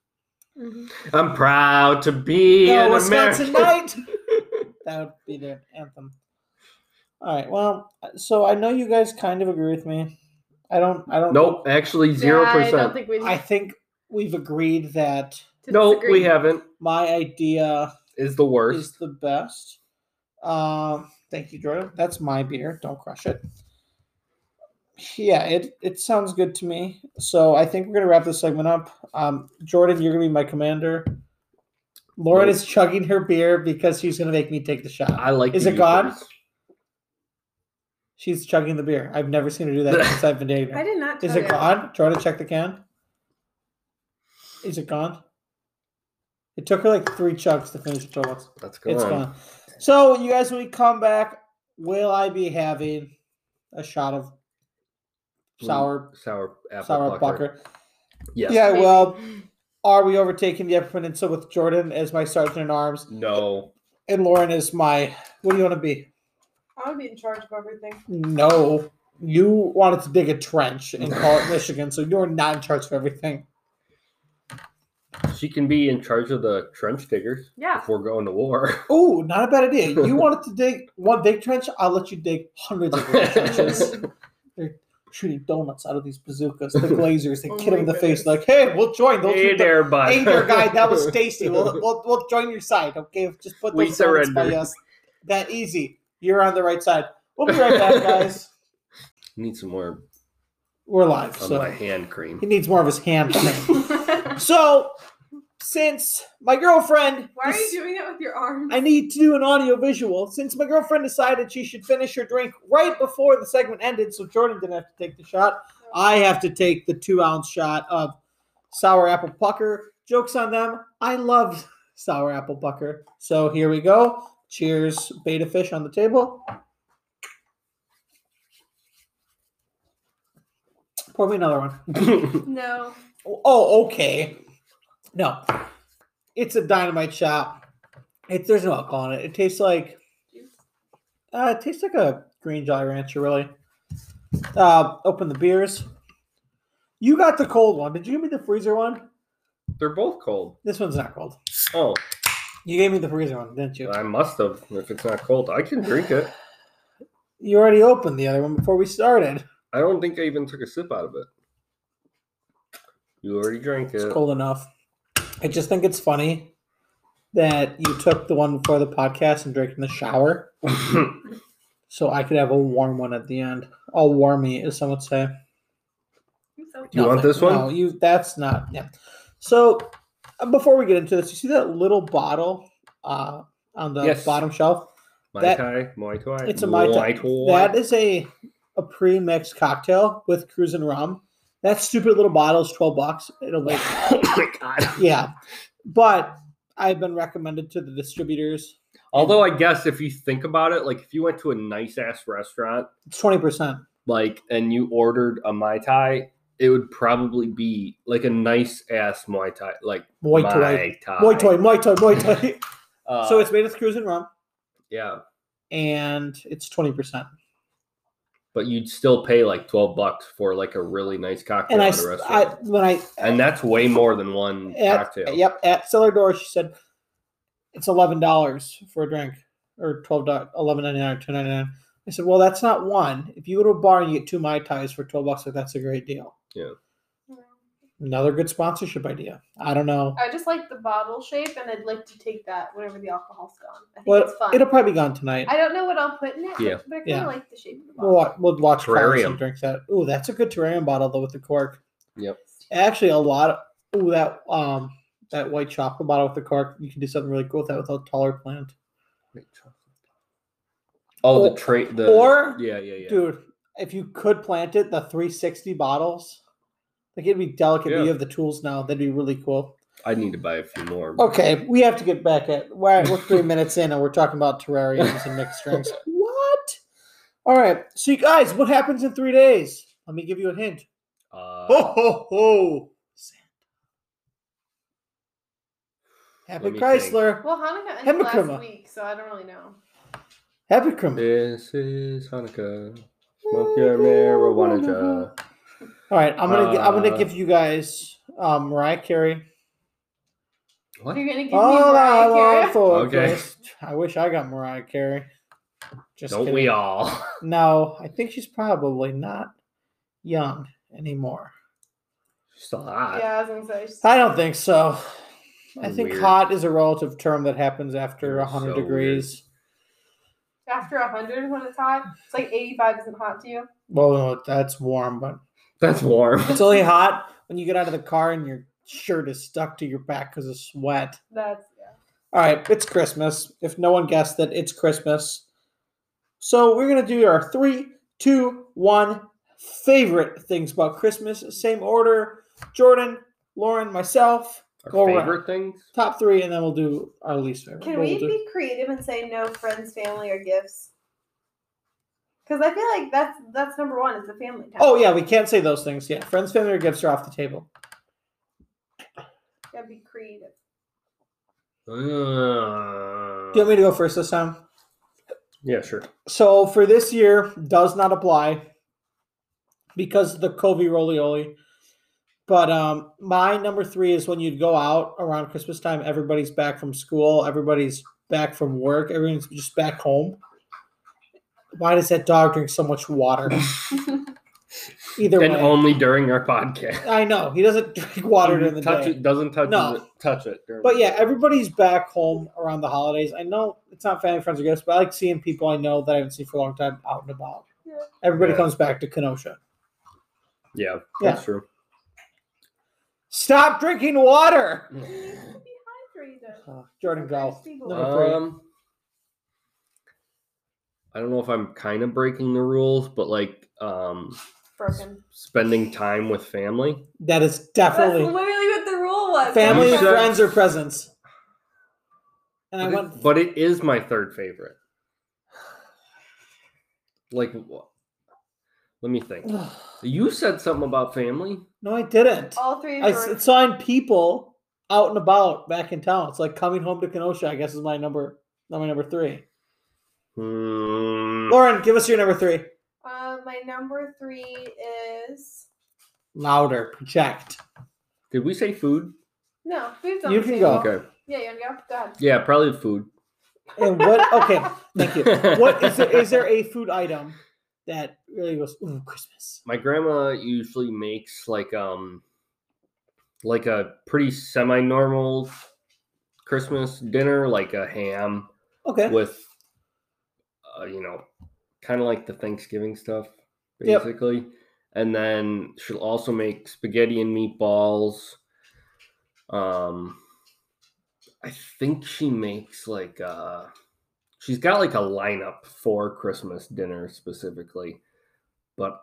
Speaker 3: Mm-hmm.
Speaker 1: I'm proud to be
Speaker 2: No,
Speaker 1: an
Speaker 2: Wisconsin
Speaker 1: American.
Speaker 2: night. that would be their anthem. All right. Well, so I know you guys kind of agree with me. I don't. I don't.
Speaker 1: oh, Nope, actually zero
Speaker 3: yeah, I don't
Speaker 1: percent.
Speaker 3: think we.
Speaker 2: I think we've agreed that
Speaker 3: to
Speaker 1: No, we
Speaker 3: disagree.
Speaker 1: haven't.
Speaker 2: my idea
Speaker 1: Is the worst.
Speaker 2: is the best. Um, thank you, Jordan. That's my beer. Don't crush it. Yeah, it it sounds good to me. So I think we're gonna wrap this segment up. Um, Jordan, you're gonna be my commander. Lauren
Speaker 1: Nope.
Speaker 2: is chugging her beer because she's gonna make me take the shot.
Speaker 1: I like.
Speaker 2: Is
Speaker 1: the
Speaker 2: it gone?
Speaker 1: Eagles.
Speaker 2: She's chugging the beer. I've never seen her do that since I've been dating
Speaker 3: I
Speaker 2: her.
Speaker 3: did not.
Speaker 2: Is
Speaker 3: tell
Speaker 2: it
Speaker 3: you.
Speaker 2: gone? Jordan, check the can. Is it gone? It took her like three chugs to finish the Starbucks.
Speaker 1: That's gone.
Speaker 2: It's gone. So you guys, when we come back, will I be having a shot of sour
Speaker 1: Sour Mm. apple
Speaker 2: sour
Speaker 1: pucker.
Speaker 2: pucker?
Speaker 1: Yes.
Speaker 2: Yeah,
Speaker 3: Maybe.
Speaker 2: well, are we overtaking the Upper Peninsula with Jordan as my sergeant in arms
Speaker 1: No.
Speaker 2: and Lauren as my? What do you want to be?
Speaker 3: I would be in charge of everything.
Speaker 2: No, you wanted to dig a trench and call it Michigan, so you're not in charge of everything.
Speaker 1: She can be in charge of the trench diggers
Speaker 3: Yeah.
Speaker 1: before going to war.
Speaker 2: Oh, not a bad idea. You wanted to dig one big trench. I'll let you dig hundreds of little trenches. shooting donuts out of these bazookas, the glazers. They
Speaker 3: Oh
Speaker 2: kid him in
Speaker 3: my
Speaker 2: the face,
Speaker 3: goodness.
Speaker 2: like, hey, we'll join. They'll
Speaker 1: hey
Speaker 2: shoot the-
Speaker 1: there, bud.
Speaker 2: hey there, guy. That was Stacy. We'll, we'll, we'll join your side, okay? Just put
Speaker 1: We
Speaker 2: those donuts by
Speaker 1: surrender.
Speaker 2: us. That easy. You're on the right side. We'll be right back, guys.
Speaker 1: Need some more
Speaker 2: We're live,
Speaker 1: on my
Speaker 2: so
Speaker 1: hand cream.
Speaker 2: he needs more of his hand. thing. so, since my girlfriend,
Speaker 3: Why are you doing that with your arms?
Speaker 2: I need to do an audio visual. Since my girlfriend decided she should finish her drink right before the segment ended, so Jordan didn't have to take the shot. I have to take the two ounce shot of sour apple pucker. Jokes on them. I loved sour apple pucker. So here we go. Cheers, beta fish on the table. Pour me another one.
Speaker 3: No.
Speaker 2: Oh, okay. No, it's a dynamite shot. It there's no alcohol in it. It tastes like uh, it tastes like a green Jolly Rancher, really. Uh, open the beers. You got the cold one. Did you give me the freezer one?
Speaker 1: They're both cold.
Speaker 2: This one's not cold.
Speaker 1: Oh,
Speaker 2: You gave me the freezer one, didn't you?
Speaker 1: I must have. If it's not cold, I can drink it.
Speaker 2: You already opened the other one before we started.
Speaker 1: I don't think I even took a sip out of it. You already drank
Speaker 2: It's
Speaker 1: it.
Speaker 2: cold enough. I just think it's funny that you took the one before the podcast and drank in the shower. so I could have a warm one at the end. A warmy, as some would say.
Speaker 3: I'm so
Speaker 1: You want
Speaker 2: Nothing.
Speaker 1: this one?
Speaker 2: No, you. That's not. Yeah. So uh, before we get into this, you see that little bottle uh, on the
Speaker 1: Yes.
Speaker 2: bottom shelf?
Speaker 1: Mai
Speaker 2: That-
Speaker 1: Tai, Muay Thai.
Speaker 2: It's a Mai Tai.
Speaker 1: Muay
Speaker 2: That is a a pre mixed cocktail with cruise and rum. That stupid little bottle is twelve bucks. It'll like
Speaker 1: oh my god.
Speaker 2: yeah, but I've been recommended to the distributors.
Speaker 1: Although I guess if you think about it, like if you went to a nice ass restaurant,
Speaker 2: It's twenty percent.
Speaker 1: like and you ordered a Mai Tai, it would probably be like a nice ass Muay Thai, like
Speaker 2: Moi toy,
Speaker 1: Mai Tai.
Speaker 2: moi toy, moi toy, moi toy.
Speaker 1: Uh,
Speaker 2: so it's made with cruise and rum,
Speaker 1: yeah,
Speaker 2: and it's twenty percent.
Speaker 1: but you'd still pay like twelve bucks for like a really nice cocktail
Speaker 2: And I,
Speaker 1: at
Speaker 2: s-
Speaker 1: a
Speaker 2: I,
Speaker 1: restaurant,
Speaker 2: when I
Speaker 1: and that's way more than one
Speaker 2: at,
Speaker 1: cocktail.
Speaker 2: Yep, at Cellar Door, she said it's eleven dollars for a drink or twelve dollars, eleven ninety nine, two ninety nine. I said, well, that's not one. If you go to a bar and you get two mai tais for twelve bucks, like that's a great deal.
Speaker 1: Yeah.
Speaker 2: Another good sponsorship idea. I don't know.
Speaker 3: I just like the bottle shape, and I'd like to take that whenever the alcohol's gone. I think
Speaker 2: Well,
Speaker 3: it's fun.
Speaker 2: it'll probably be gone tonight.
Speaker 3: I don't know what I'll put in it,
Speaker 1: Yeah.
Speaker 3: but I kind of
Speaker 2: Yeah.
Speaker 3: like the shape of the
Speaker 2: We'll
Speaker 3: bottle.
Speaker 2: watch, we'll watch Flowers and
Speaker 1: Terrarium.
Speaker 2: drink that. Ooh, that's a good terrarium bottle though with the cork.
Speaker 1: Yep.
Speaker 2: Actually, a lot of ooh that um that white chocolate bottle with the cork. You can do something really cool with that with a taller plant.
Speaker 1: Oh,
Speaker 2: Or-
Speaker 1: the trade the
Speaker 2: or-
Speaker 1: yeah, yeah, yeah.
Speaker 2: dude if you could plant it the 360 bottles like it'd be delicate but
Speaker 1: Yeah.
Speaker 2: you have the tools now that'd be really cool
Speaker 1: I need to buy a few more.
Speaker 2: Okay, we have to get back at we're, we're three minutes in and we're talking about terrariums and mixed drinks. What? All right, so you guys, what happens in three days? Let me give you a hint.
Speaker 1: Uh,
Speaker 2: Ho ho ho! Santa. Happy
Speaker 1: Let me think.
Speaker 2: Chrysler.
Speaker 3: Well, Hanukkah ended
Speaker 2: Hemacrima.
Speaker 3: last week, so I don't really know.
Speaker 2: Happy Chrysler.
Speaker 1: This is Hanukkah. Smoke your marijuana. jar.
Speaker 2: All right, I'm gonna gi- I'm gonna
Speaker 1: Uh,
Speaker 2: give you guys um, Mariah Carey.
Speaker 1: What?
Speaker 3: You're gonna give
Speaker 2: All
Speaker 3: me
Speaker 2: I
Speaker 3: Mariah Carey?
Speaker 2: want for
Speaker 1: Okay.
Speaker 2: Christ- I wish I got Mariah Carey. Just
Speaker 1: Don't
Speaker 2: kidding.
Speaker 1: we all?
Speaker 2: No, I think she's probably not young anymore.
Speaker 1: Still hot.
Speaker 3: Yeah, I was gonna say.
Speaker 2: I don't think so. I think
Speaker 1: Weird.
Speaker 2: hot is a relative term that happens after
Speaker 1: You're
Speaker 2: 100
Speaker 1: so weird.
Speaker 2: degrees.
Speaker 3: After 100 when it's hot, it's like 85 isn't hot to you.
Speaker 2: Well, no, that's warm, but
Speaker 1: That's warm.
Speaker 2: it's only hot when you get out of the car and your shirt is stuck to your back because of sweat.
Speaker 3: That's yeah.
Speaker 2: All right, it's Christmas. If no one guessed it, it's Christmas. So we're gonna do our three, two, one favorite things about Christmas. Same order: Jordan, Lauren, myself.
Speaker 1: Our
Speaker 2: Go around.
Speaker 1: favorite things?
Speaker 2: Top three, and then we'll do our least favorite.
Speaker 3: Can
Speaker 2: What
Speaker 3: we
Speaker 2: we'll do-
Speaker 3: be creative and say no friends, family, or gifts? Because I feel like that's that's number one. It's the family time.
Speaker 2: Oh yeah, we can't say those things. Yeah, friends, family, or gifts are off the table.
Speaker 3: gotta be creative.
Speaker 1: Uh,
Speaker 2: Do you want me to go first this time?
Speaker 1: yeah, sure.
Speaker 2: So for this year, does not apply because of the Kobe Rolioli. But um, my number three is when you'd go out around Christmas time. Everybody's back from school. Everybody's back from work. Everyone's just back home. Why does that dog drink so much water? Either
Speaker 1: And
Speaker 2: way,
Speaker 1: only during our podcast.
Speaker 2: I know he doesn't drink water during the
Speaker 1: touch
Speaker 2: day.
Speaker 1: it, doesn't touch
Speaker 2: No.
Speaker 1: it, touch it. during
Speaker 2: But
Speaker 1: the
Speaker 2: yeah,
Speaker 1: day.
Speaker 2: everybody's back home around the holidays. I know it's not family, friends, or gifts, but I like seeing people I know that I haven't seen for a long time out and about.
Speaker 3: Yeah.
Speaker 2: Everybody
Speaker 1: Yeah.
Speaker 2: comes back to Kenosha.
Speaker 1: yeah,
Speaker 2: Yeah.
Speaker 1: that's true.
Speaker 2: Stop drinking water.
Speaker 3: You need to be hydrated.
Speaker 2: Uh, Jordan, go.
Speaker 3: Thirsty boy.
Speaker 2: Number three.
Speaker 1: Um, I don't know if I'm kind of breaking the rules, but like um,
Speaker 3: Broken.
Speaker 1: spending time with family.
Speaker 2: That is
Speaker 3: That's
Speaker 2: definitely
Speaker 3: literally what the rule was.
Speaker 2: family,
Speaker 1: You said-
Speaker 2: friends, or presents. And I
Speaker 1: But,
Speaker 2: went.
Speaker 1: it, but it is my third favorite. Like, wh- let me think. You said something about family.
Speaker 2: no, I didn't.
Speaker 3: All three. Of
Speaker 2: I
Speaker 3: yours.
Speaker 2: s- saw people out and about back in town. It's like coming home to Kenosha. I guess is my number. Number number three.
Speaker 1: Hmm.
Speaker 2: Lauren, give us your number three.
Speaker 3: Uh, my number three is
Speaker 2: Louder. Project.
Speaker 1: Did we say food?
Speaker 3: no. Food's on
Speaker 2: You
Speaker 3: the
Speaker 2: can
Speaker 3: table.
Speaker 2: go.
Speaker 1: Okay.
Speaker 3: Yeah, you wanna go? Go ahead.
Speaker 1: Yeah, probably food.
Speaker 2: And what? Okay, thank you. What is there, is there a food item that really goes ooh Christmas?
Speaker 1: my grandma usually makes like um like a pretty semi-normal christmas dinner like a ham
Speaker 2: Okay,
Speaker 1: with uh, you know kind of like the thanksgiving stuff
Speaker 2: Yep.
Speaker 1: basically and then she'll also make spaghetti and meatballs um i think she makes like uh she's got like a lineup for christmas dinner specifically but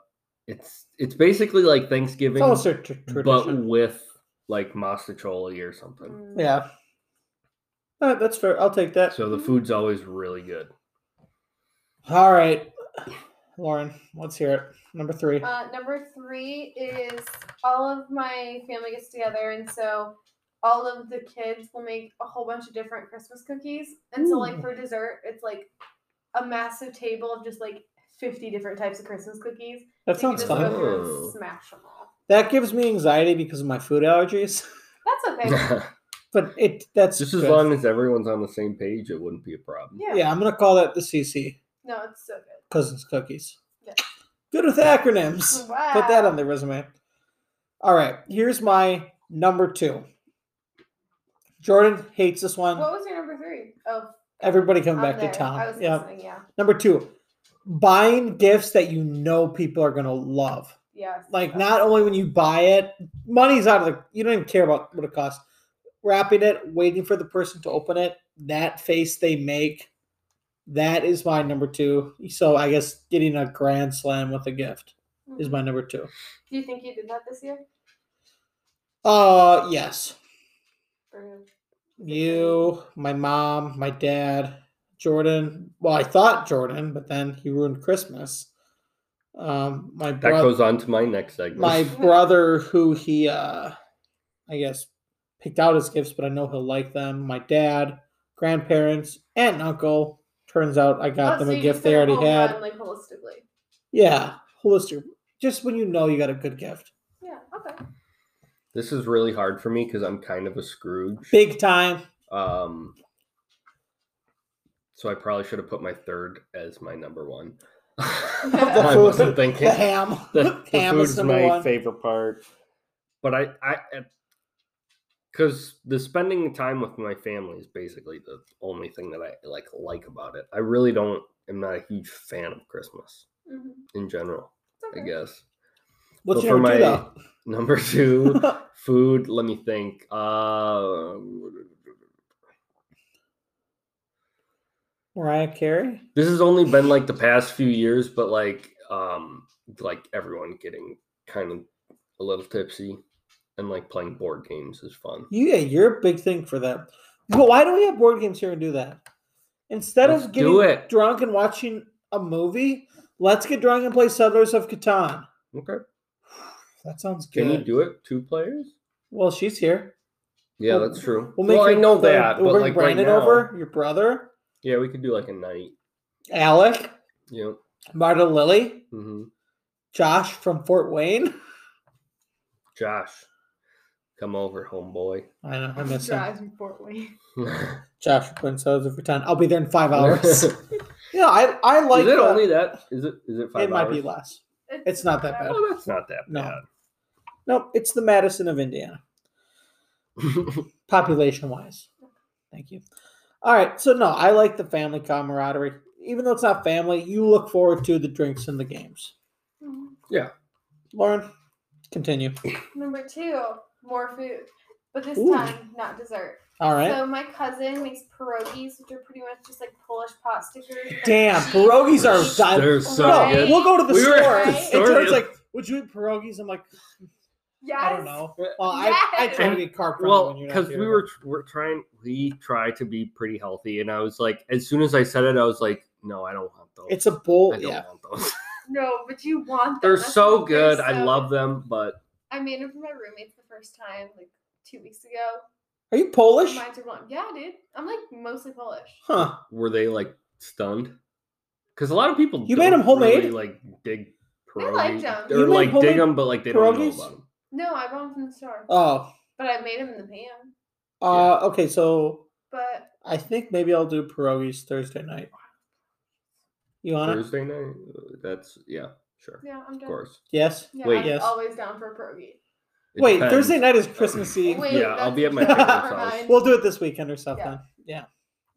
Speaker 1: it's it's basically like
Speaker 2: it's
Speaker 1: thanksgiving
Speaker 2: almost a tr- tradition.
Speaker 1: but with like masticholi or something
Speaker 3: Mm.
Speaker 2: yeah, All right, that's fair. I'll take that.
Speaker 1: so the food's always really good
Speaker 2: All right, Lauren, let's hear it. Number three.
Speaker 3: Uh, number three is all of my family gets together, and so all of the kids will make a whole bunch of different Christmas cookies. And so, like
Speaker 2: Ooh.
Speaker 3: for dessert, it's like a massive table of just like fifty different types of Christmas cookies.
Speaker 2: That sounds
Speaker 3: you can just
Speaker 2: fun.
Speaker 3: Go through
Speaker 1: Oh.
Speaker 3: and smash them all.
Speaker 2: That gives me anxiety because of my food allergies.
Speaker 3: That's okay.
Speaker 1: just
Speaker 2: But it that's
Speaker 1: as
Speaker 2: good.
Speaker 1: long as everyone's on the same page it wouldn't be a problem
Speaker 3: Yeah.
Speaker 2: Yeah, I'm gonna call that the CC
Speaker 3: No, it's so good.
Speaker 2: cousins cookies.
Speaker 3: Yeah.
Speaker 2: Good with acronyms.
Speaker 3: Wow.
Speaker 2: Put that on the resume. All right, here's my number two. Jordan hates this one.
Speaker 3: What was your number three? Oh,
Speaker 2: Everybody coming
Speaker 3: I'm
Speaker 2: um, back
Speaker 3: there.
Speaker 2: to
Speaker 3: I was
Speaker 2: town. Yeah.
Speaker 3: listening. Yeah.
Speaker 2: Number two, buying gifts that you know people are gonna love.
Speaker 3: Yes.
Speaker 2: Like
Speaker 3: yes.
Speaker 2: not only when you buy it, money's out of the. You don't even care about what it costs. Wrapping it, waiting for the person to open it, that face they make, that is my number two. So I guess getting a grand slam with a gift is
Speaker 3: Mm.
Speaker 2: my number two.
Speaker 3: Do you think you did that this year?
Speaker 2: Uh, yes.
Speaker 3: sort of?
Speaker 2: You, my mom, my dad, Jordan. Well, I thought Jordan, but then he ruined Christmas. Um, my
Speaker 1: That
Speaker 2: brother,
Speaker 1: goes on to my next segment.
Speaker 2: my brother, who he, uh, I guess, picked out his gifts, but I know he'll like them. My dad, grandparents, aunt, and uncle. Turns out I got
Speaker 3: Oh,
Speaker 2: them
Speaker 3: so
Speaker 2: a
Speaker 3: you
Speaker 2: gift
Speaker 3: just
Speaker 2: they
Speaker 3: did a
Speaker 2: already
Speaker 3: whole
Speaker 2: had.
Speaker 3: run, like holistically.
Speaker 2: Yeah, holistic. Just when you know you got a good gift,
Speaker 3: Yeah. Okay.
Speaker 1: this is really hard for me because I'm kind of a Scrooge.
Speaker 2: big time.
Speaker 1: Um, so I probably should have put my third as my number one. I
Speaker 2: food-
Speaker 1: wasn't thinking.
Speaker 2: The ham,
Speaker 1: the, the
Speaker 2: ham
Speaker 1: food's
Speaker 2: is number
Speaker 1: my
Speaker 2: one.
Speaker 1: favorite part. But I, I, because the spending time with my family is basically the only thing that I like like about it. I really don't. I'm not a huge fan of Christmas
Speaker 3: hmm
Speaker 1: in general. I guess
Speaker 2: What's
Speaker 1: But
Speaker 2: your
Speaker 1: for
Speaker 2: number two
Speaker 1: my-
Speaker 2: though?
Speaker 1: number two, food. Let me think. Uh,
Speaker 2: Mariah Carey.
Speaker 1: this has only been like the past few years, but like, um, like everyone getting kind of a little tipsy and like playing board games is fun.
Speaker 2: You, yeah, you're a big thing for that. But why do we have board games here and do that? Instead
Speaker 1: Let's
Speaker 2: of
Speaker 1: do
Speaker 2: getting
Speaker 1: it.
Speaker 2: drunk and watching a movie, let's get drunk and play Settlers of Catan.
Speaker 1: Okay.
Speaker 2: That sounds good.
Speaker 1: Can you do it two players?
Speaker 2: well, she's here.
Speaker 1: Yeah,
Speaker 2: Well,
Speaker 1: that's true.
Speaker 2: We'll
Speaker 1: Well,
Speaker 2: make
Speaker 1: I
Speaker 2: your
Speaker 1: know
Speaker 2: third-
Speaker 1: that,
Speaker 2: We'll
Speaker 1: but
Speaker 2: bring
Speaker 1: like
Speaker 2: Brandon
Speaker 1: right now,
Speaker 2: over, your brother,
Speaker 1: yeah, we could do like a night.
Speaker 2: Alec,
Speaker 1: You know,
Speaker 2: Marta Lily,
Speaker 1: hmm
Speaker 2: Josh from Fort Wayne.
Speaker 1: Josh, come over, homeboy.
Speaker 2: I know I miss him.
Speaker 3: Drives in Fort Wayne.
Speaker 2: Josh from Twin Settlers of Catan. I'll be there in five hours. yeah, I I like.
Speaker 1: is it
Speaker 2: the-
Speaker 1: only that? Is it? Is it five
Speaker 2: it might be
Speaker 1: hours?
Speaker 2: less. It's not that bad.
Speaker 1: Oh, that's not that
Speaker 2: No.
Speaker 1: bad.
Speaker 2: Nope, it's the Madison of Indiana. population wise. Thank you. All right. So, no, I like the family camaraderie. Even though it's not family, you look forward to the drinks and the games.
Speaker 3: Mhm.
Speaker 2: Lauren, continue.
Speaker 3: Number two, more food, but this
Speaker 2: Ooh.
Speaker 3: time not dessert.
Speaker 2: All right.
Speaker 3: So my cousin makes pierogies, which are pretty much just like Polish pot stickers. with
Speaker 2: Damn,
Speaker 3: cheese.
Speaker 2: pierogies are done.
Speaker 1: They're so
Speaker 2: no,
Speaker 1: good.
Speaker 2: we'll go to the
Speaker 1: We were
Speaker 2: store.
Speaker 3: at the
Speaker 1: store,
Speaker 2: and Jordan's
Speaker 1: yeah.
Speaker 2: like, would you eat pierogies? I'm like,
Speaker 3: Yes.
Speaker 2: I don't know. Well, I, I
Speaker 3: Yes.
Speaker 2: try to be carb friendly
Speaker 1: Well,
Speaker 2: when you're not
Speaker 1: because
Speaker 2: here,
Speaker 1: we
Speaker 2: but-
Speaker 1: were tr- we're trying, we try to be pretty healthy, and I was like, as soon as I said it, I was like, no, I don't want those.
Speaker 2: It's a bowl.
Speaker 1: I don't
Speaker 2: Yeah.
Speaker 1: want those.
Speaker 3: No, but you want them.
Speaker 1: They're
Speaker 3: That's
Speaker 1: so
Speaker 3: what-
Speaker 1: good.
Speaker 3: they're
Speaker 1: I
Speaker 3: so-
Speaker 1: love them, but
Speaker 3: I made them for my roommates the first time like two weeks ago.
Speaker 2: Are you Polish?
Speaker 3: Mine's are blonde. Yeah, dude. I'm like mostly Polish.
Speaker 2: Huh.
Speaker 1: were they like stunned? Because a lot of people
Speaker 2: You made
Speaker 1: don't
Speaker 2: 'em homemade?
Speaker 1: really, like dig
Speaker 3: I
Speaker 1: pierogi.
Speaker 3: liked 'em.
Speaker 1: Or
Speaker 2: You made
Speaker 1: like dig
Speaker 2: homemade
Speaker 1: them, but like they
Speaker 2: pierogies?
Speaker 1: don't know about them.
Speaker 3: No, I bought them from the store,
Speaker 2: Oh.
Speaker 3: but I made them in the pan.
Speaker 2: Uh, okay. So,
Speaker 3: But
Speaker 2: I think maybe I'll do pierogies Thursday night. You on it?
Speaker 1: Thursday night. That's yeah, sure,
Speaker 3: yeah, I'm
Speaker 1: of
Speaker 3: done.
Speaker 1: course.
Speaker 2: Yes.
Speaker 3: Yeah,
Speaker 1: Wait.
Speaker 3: I'm
Speaker 2: Yes.
Speaker 3: always down for a pierogi.
Speaker 1: It
Speaker 2: Wait,
Speaker 1: depends.
Speaker 2: Thursday night is Christmas Eve.
Speaker 3: Wait,
Speaker 1: Yeah, I'll be at
Speaker 3: that's
Speaker 1: my
Speaker 3: never
Speaker 2: parents'
Speaker 1: house.
Speaker 3: mind.
Speaker 2: We'll do it this weekend or something.
Speaker 3: Yeah.
Speaker 2: Yeah.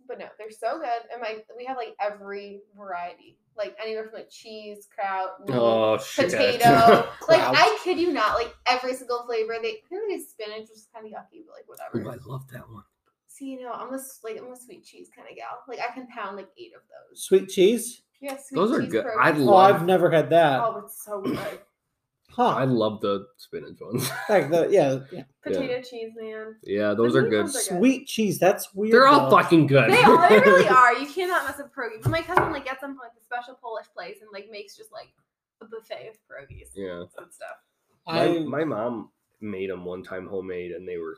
Speaker 3: But no, they're so good, and like we have like every variety, like anywhere from like cheese, kraut, meat,
Speaker 1: Oh shit.
Speaker 3: potato. like
Speaker 2: Kraut.
Speaker 3: I kid you not, like every single flavor. They I think they did spinach, which is kind of yucky, but like
Speaker 1: Ooh,
Speaker 3: whatever.
Speaker 1: I love that one.
Speaker 3: So you know, I'm a s- like I'm a sweet cheese kind of gal. Like I can pound like eight of those.
Speaker 2: Sweet cheese?
Speaker 3: Yeah, sweet
Speaker 1: Those are
Speaker 3: cheese
Speaker 1: good.
Speaker 3: burgers.
Speaker 1: I
Speaker 2: Oh, I've
Speaker 1: love.
Speaker 2: never had that.
Speaker 3: Oh, it's so good.
Speaker 1: I
Speaker 2: Huh.
Speaker 1: love the spinach ones.
Speaker 2: Like the, yeah, yeah.
Speaker 3: Potato cheese, man.
Speaker 1: yeah, those are
Speaker 3: meat
Speaker 1: good.
Speaker 3: ones are good.
Speaker 2: Sweet cheese. That's weird.
Speaker 1: They're all
Speaker 2: though.
Speaker 1: fucking good.
Speaker 3: They are. They really are. You cannot mess up pierogies. My cousin like gets them from like a special Polish place and like makes just like a buffet of pierogies
Speaker 1: Yeah.
Speaker 3: and stuff.
Speaker 1: My,
Speaker 2: I,
Speaker 1: my mom made them one time homemade, and they were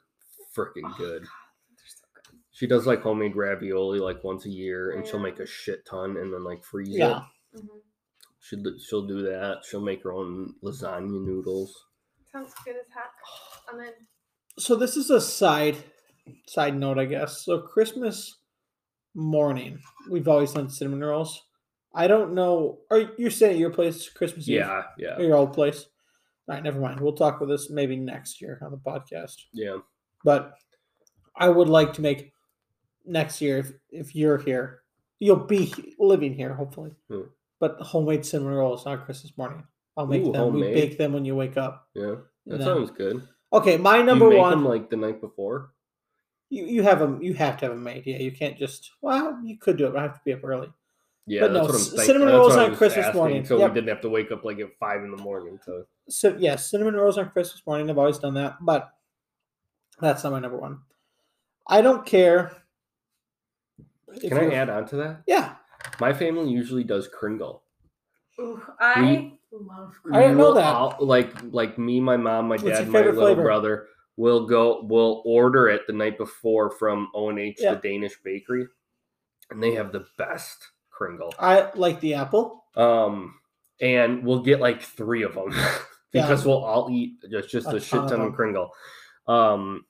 Speaker 1: freaking
Speaker 3: Oh,
Speaker 1: good.
Speaker 3: God, they're so good.
Speaker 1: She does like homemade ravioli like once a year, and she'll
Speaker 3: Yeah.
Speaker 1: make a shit ton and then like freeze it.
Speaker 2: yeah.
Speaker 3: Mhm.
Speaker 1: She she'll do that. She'll make her own lasagna noodles.
Speaker 3: Sounds good as heck. I'm in.
Speaker 2: So this is a side side note, I guess. So Christmas morning, we've always done cinnamon rolls. I don't know. Are you're saying at your place Christmas Eve?
Speaker 1: Yeah, yeah,
Speaker 2: Or your old place? All right, never mind. We'll talk with this maybe next year on the podcast.
Speaker 1: yeah.
Speaker 2: but I would like to make next year if if you're here, you'll be he- living here hopefully.
Speaker 1: Hmm.
Speaker 2: But homemade cinnamon rolls on Christmas morning. I'll make
Speaker 1: Ooh,
Speaker 2: them. We
Speaker 1: homemade.
Speaker 2: bake them when you wake up.
Speaker 1: yeah.
Speaker 2: and
Speaker 1: That
Speaker 2: then-
Speaker 1: sounds good.
Speaker 2: okay, my
Speaker 1: Do you
Speaker 2: number
Speaker 1: make
Speaker 2: one.
Speaker 1: them like the night before.
Speaker 2: you you have them. You have to have them made. Yeah, you can't just. Well, you could do it. But I have to be up early.
Speaker 1: Yeah,
Speaker 2: But no,
Speaker 1: that's what I'm
Speaker 2: c-
Speaker 1: thinking.
Speaker 2: cinnamon
Speaker 1: That's
Speaker 2: rolls
Speaker 1: what I
Speaker 2: on
Speaker 1: was
Speaker 2: Christmas
Speaker 1: asking,
Speaker 2: morning.
Speaker 1: so
Speaker 2: Yep.
Speaker 1: we didn't have to wake up like at five in the morning. So
Speaker 2: So yeah, cinnamon rolls on Christmas morning. I've always done that, but that's not my number one. I don't care. if
Speaker 1: Can I
Speaker 2: you're-
Speaker 1: add on to that?
Speaker 2: Yeah,
Speaker 1: My family usually does Kringle.
Speaker 3: Ooh, I love
Speaker 2: I didn't know
Speaker 1: We'll
Speaker 2: that.
Speaker 1: all- like like me, my mom, my
Speaker 2: What's your
Speaker 1: dad, my
Speaker 2: favorite
Speaker 1: little
Speaker 2: flavor?
Speaker 1: brother will go will order it the night before from O&H
Speaker 2: Yeah.
Speaker 1: the Danish bakery and they have the best Kringle.
Speaker 2: I like the apple.
Speaker 1: Um and we'll get like 3 of them
Speaker 2: Yeah.
Speaker 1: because we'll all eat just, just
Speaker 2: A
Speaker 1: a, shit
Speaker 2: ton of
Speaker 1: ton of
Speaker 2: them.
Speaker 1: Kringle. Um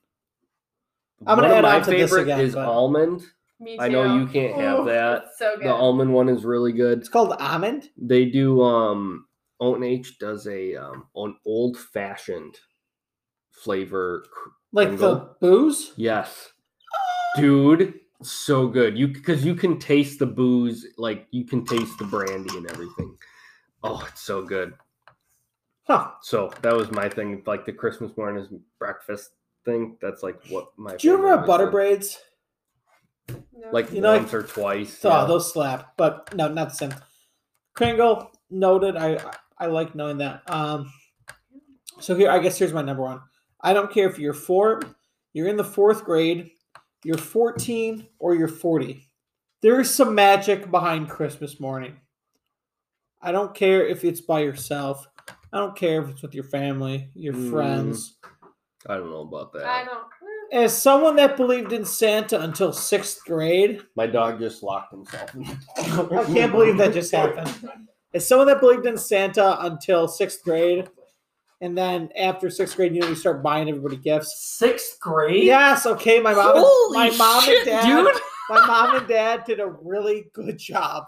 Speaker 2: I'm gonna
Speaker 1: one of
Speaker 2: add
Speaker 1: my
Speaker 2: on to this
Speaker 1: favorite
Speaker 2: again,
Speaker 1: is
Speaker 2: but-
Speaker 1: almond.
Speaker 3: Me
Speaker 1: I know
Speaker 3: too.
Speaker 1: you can't have
Speaker 3: Ooh,
Speaker 1: that.
Speaker 3: it's so good.
Speaker 1: The almond one is really good.
Speaker 2: It's called almond.
Speaker 1: They do um O&H does a um an old fashioned flavor. cr-
Speaker 2: Like
Speaker 1: Kringle?
Speaker 2: the booze.
Speaker 1: Yes. Dude, so good. You cuz you can taste the booze, like you can taste the brandy and everything. Oh, it's so good.
Speaker 2: Huh.
Speaker 1: So, that was my thing like the Christmas morning is breakfast thing. That's like what my
Speaker 2: Do you ever
Speaker 1: favorite
Speaker 2: have
Speaker 1: was
Speaker 2: butter
Speaker 1: then.
Speaker 2: braids?
Speaker 3: No.
Speaker 1: Like
Speaker 2: You know, like-
Speaker 1: once or twice.
Speaker 2: So
Speaker 1: yeah.
Speaker 2: those slap, but no, not the same. Kringle noted. I I- I like knowing that. Um, so here, I guess here's my number one. I don't care if you're four, you're in the fourth grade, you're 14, or you're 40. There is some magic behind Christmas morning. I don't care if it's by yourself. I don't care if it's with your family, your
Speaker 1: Mm.
Speaker 2: friends.
Speaker 1: I don't know about that.
Speaker 3: I don't. eh,
Speaker 2: As someone that believed in Santa until sixth grade,
Speaker 1: My dog just locked himself. in the door.
Speaker 2: I can't believe that just happened. As someone that believed in Santa until sixth grade, and then after sixth grade, you know, you start buying everybody gifts.
Speaker 6: Sixth grade?
Speaker 2: Yes, okay, my mom,
Speaker 6: Holy
Speaker 2: and, my mom and
Speaker 6: shit,
Speaker 2: dad,
Speaker 6: dude.
Speaker 2: my mom and dad did a really good job.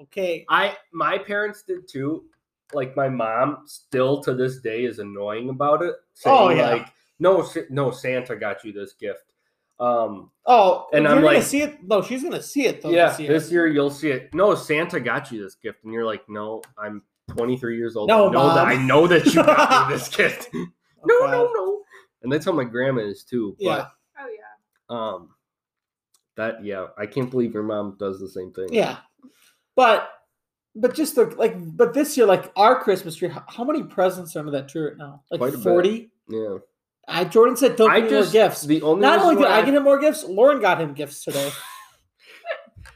Speaker 2: Okay,
Speaker 1: I my parents did too. Like my mom still to this day is annoying about it. Saying
Speaker 2: Oh, yeah.
Speaker 1: like no Sa- no Santa got you this gift. Um
Speaker 2: oh,
Speaker 1: And
Speaker 2: you're
Speaker 1: I'm
Speaker 2: gonna
Speaker 1: like-
Speaker 2: see it. No, she's gonna see it though.
Speaker 1: yeah,
Speaker 2: this year.
Speaker 1: you'll see it. No Santa got you this gift and you're like no, I'm 23 years old.
Speaker 2: No,
Speaker 1: I know that
Speaker 2: Mom.
Speaker 1: I know that you got me this gift.
Speaker 2: Oh,
Speaker 1: no,
Speaker 2: God.
Speaker 1: no, no. And that's how my grandma is too.
Speaker 2: Yeah.
Speaker 1: But
Speaker 3: Oh yeah.
Speaker 1: um that yeah, I can't believe your mom does the same thing.
Speaker 2: Yeah, but but just the like, but this year, like our Christmas tree, how, how many presents are under that tree right now? Like
Speaker 1: Quite a bit.
Speaker 2: forty.
Speaker 1: Yeah.
Speaker 2: I Jordan said, "Don't
Speaker 1: I
Speaker 2: give me more
Speaker 1: just
Speaker 2: gifts."
Speaker 1: the only
Speaker 2: Not
Speaker 1: reason
Speaker 2: only did
Speaker 1: why
Speaker 2: I get him more gifts, Lauren got him gifts today.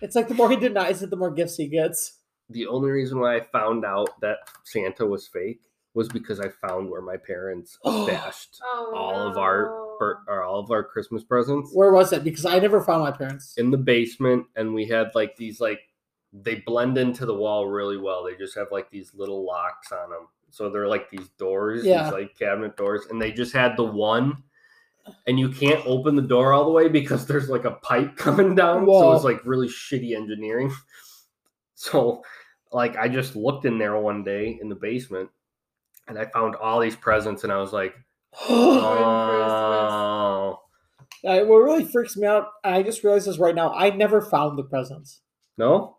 Speaker 2: it's like the more he denies it, the more gifts he gets.
Speaker 1: the only reason why I found out that Santa was fake was because I found where my parents stashed
Speaker 3: Oh.
Speaker 1: all of our
Speaker 3: no.
Speaker 1: or, or all of our Christmas presents
Speaker 2: Where was it? Because I never found my parents.
Speaker 1: in the basement, and we had like these like they blend into the wall really well. They just have like these little locks on them, so they're like these doors,
Speaker 2: Yeah.
Speaker 1: these like cabinet doors, and they just had the one. And you can't open the door all the way because there's like a pipe coming down. So
Speaker 2: Whoa.
Speaker 1: it's like really shitty engineering. So, like, I just looked in there one day in the basement and I found all these presents and I was like, oh.
Speaker 2: Uh, what really freaks me out, and I just realized this right now, I never found the presents.
Speaker 1: No?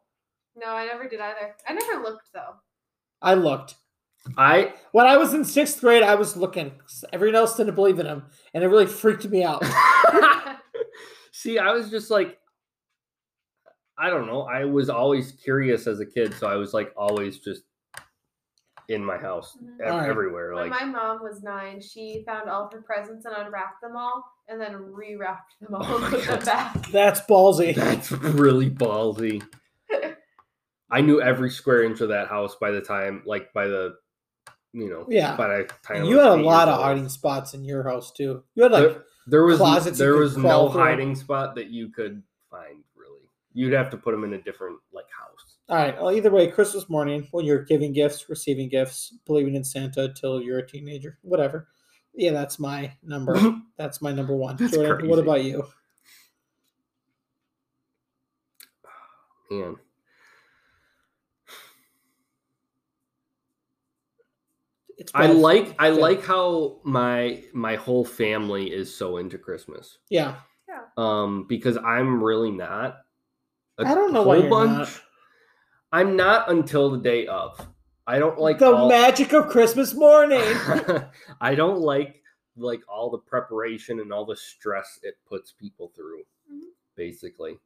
Speaker 3: No, I never did either. I never looked though.
Speaker 2: I looked.
Speaker 1: I
Speaker 2: When I was in sixth grade, I was looking. 'cause Everyone else didn't believe in him, and it really freaked me out.
Speaker 1: see, I was just like, I don't know. I was always curious as a kid. So I was like, always just in my house,
Speaker 3: Mhm.
Speaker 1: ev-
Speaker 2: All right.
Speaker 1: everywhere.
Speaker 3: When
Speaker 1: Like,
Speaker 3: my mom was nine, she found all of her presents and unwrapped them all, and then rewrapped them all
Speaker 1: Oh my
Speaker 3: and put them
Speaker 1: God.
Speaker 3: back.
Speaker 2: That's ballsy.
Speaker 1: That's really ballsy. I knew every square inch of that house by the time, like by the, you know,
Speaker 2: Yeah.
Speaker 1: By the time I
Speaker 2: You
Speaker 1: was
Speaker 2: had a
Speaker 1: eight
Speaker 2: lot
Speaker 1: years
Speaker 2: of
Speaker 1: old.
Speaker 2: hiding spots in your house too. You had like
Speaker 1: There was
Speaker 2: closets you
Speaker 1: there
Speaker 2: could
Speaker 1: was
Speaker 2: crawl
Speaker 1: no
Speaker 2: through.
Speaker 1: hiding spot that you could find. Really, you'd have to put them in a different like house.
Speaker 2: All right. Well, either way, Christmas morning, when you're giving gifts, receiving gifts, believing in Santa till you're a teenager, whatever. Yeah, that's my number. that's my number one.
Speaker 1: That's
Speaker 2: Jordan, what
Speaker 1: crazy.
Speaker 2: about you?
Speaker 1: Man,
Speaker 2: It's
Speaker 1: I
Speaker 2: both.
Speaker 1: like I
Speaker 2: Good.
Speaker 1: like how my my whole family is so into Christmas.
Speaker 2: Yeah,
Speaker 1: Um, because I'm really not. I
Speaker 2: I don't know why you're not.
Speaker 1: I'm not until the day of. I don't like
Speaker 2: the
Speaker 1: all-
Speaker 2: magic of Christmas morning.
Speaker 1: I don't like like all the preparation and all the stress it puts people through,
Speaker 2: Mm-hmm.
Speaker 3: Mhm.
Speaker 1: basically.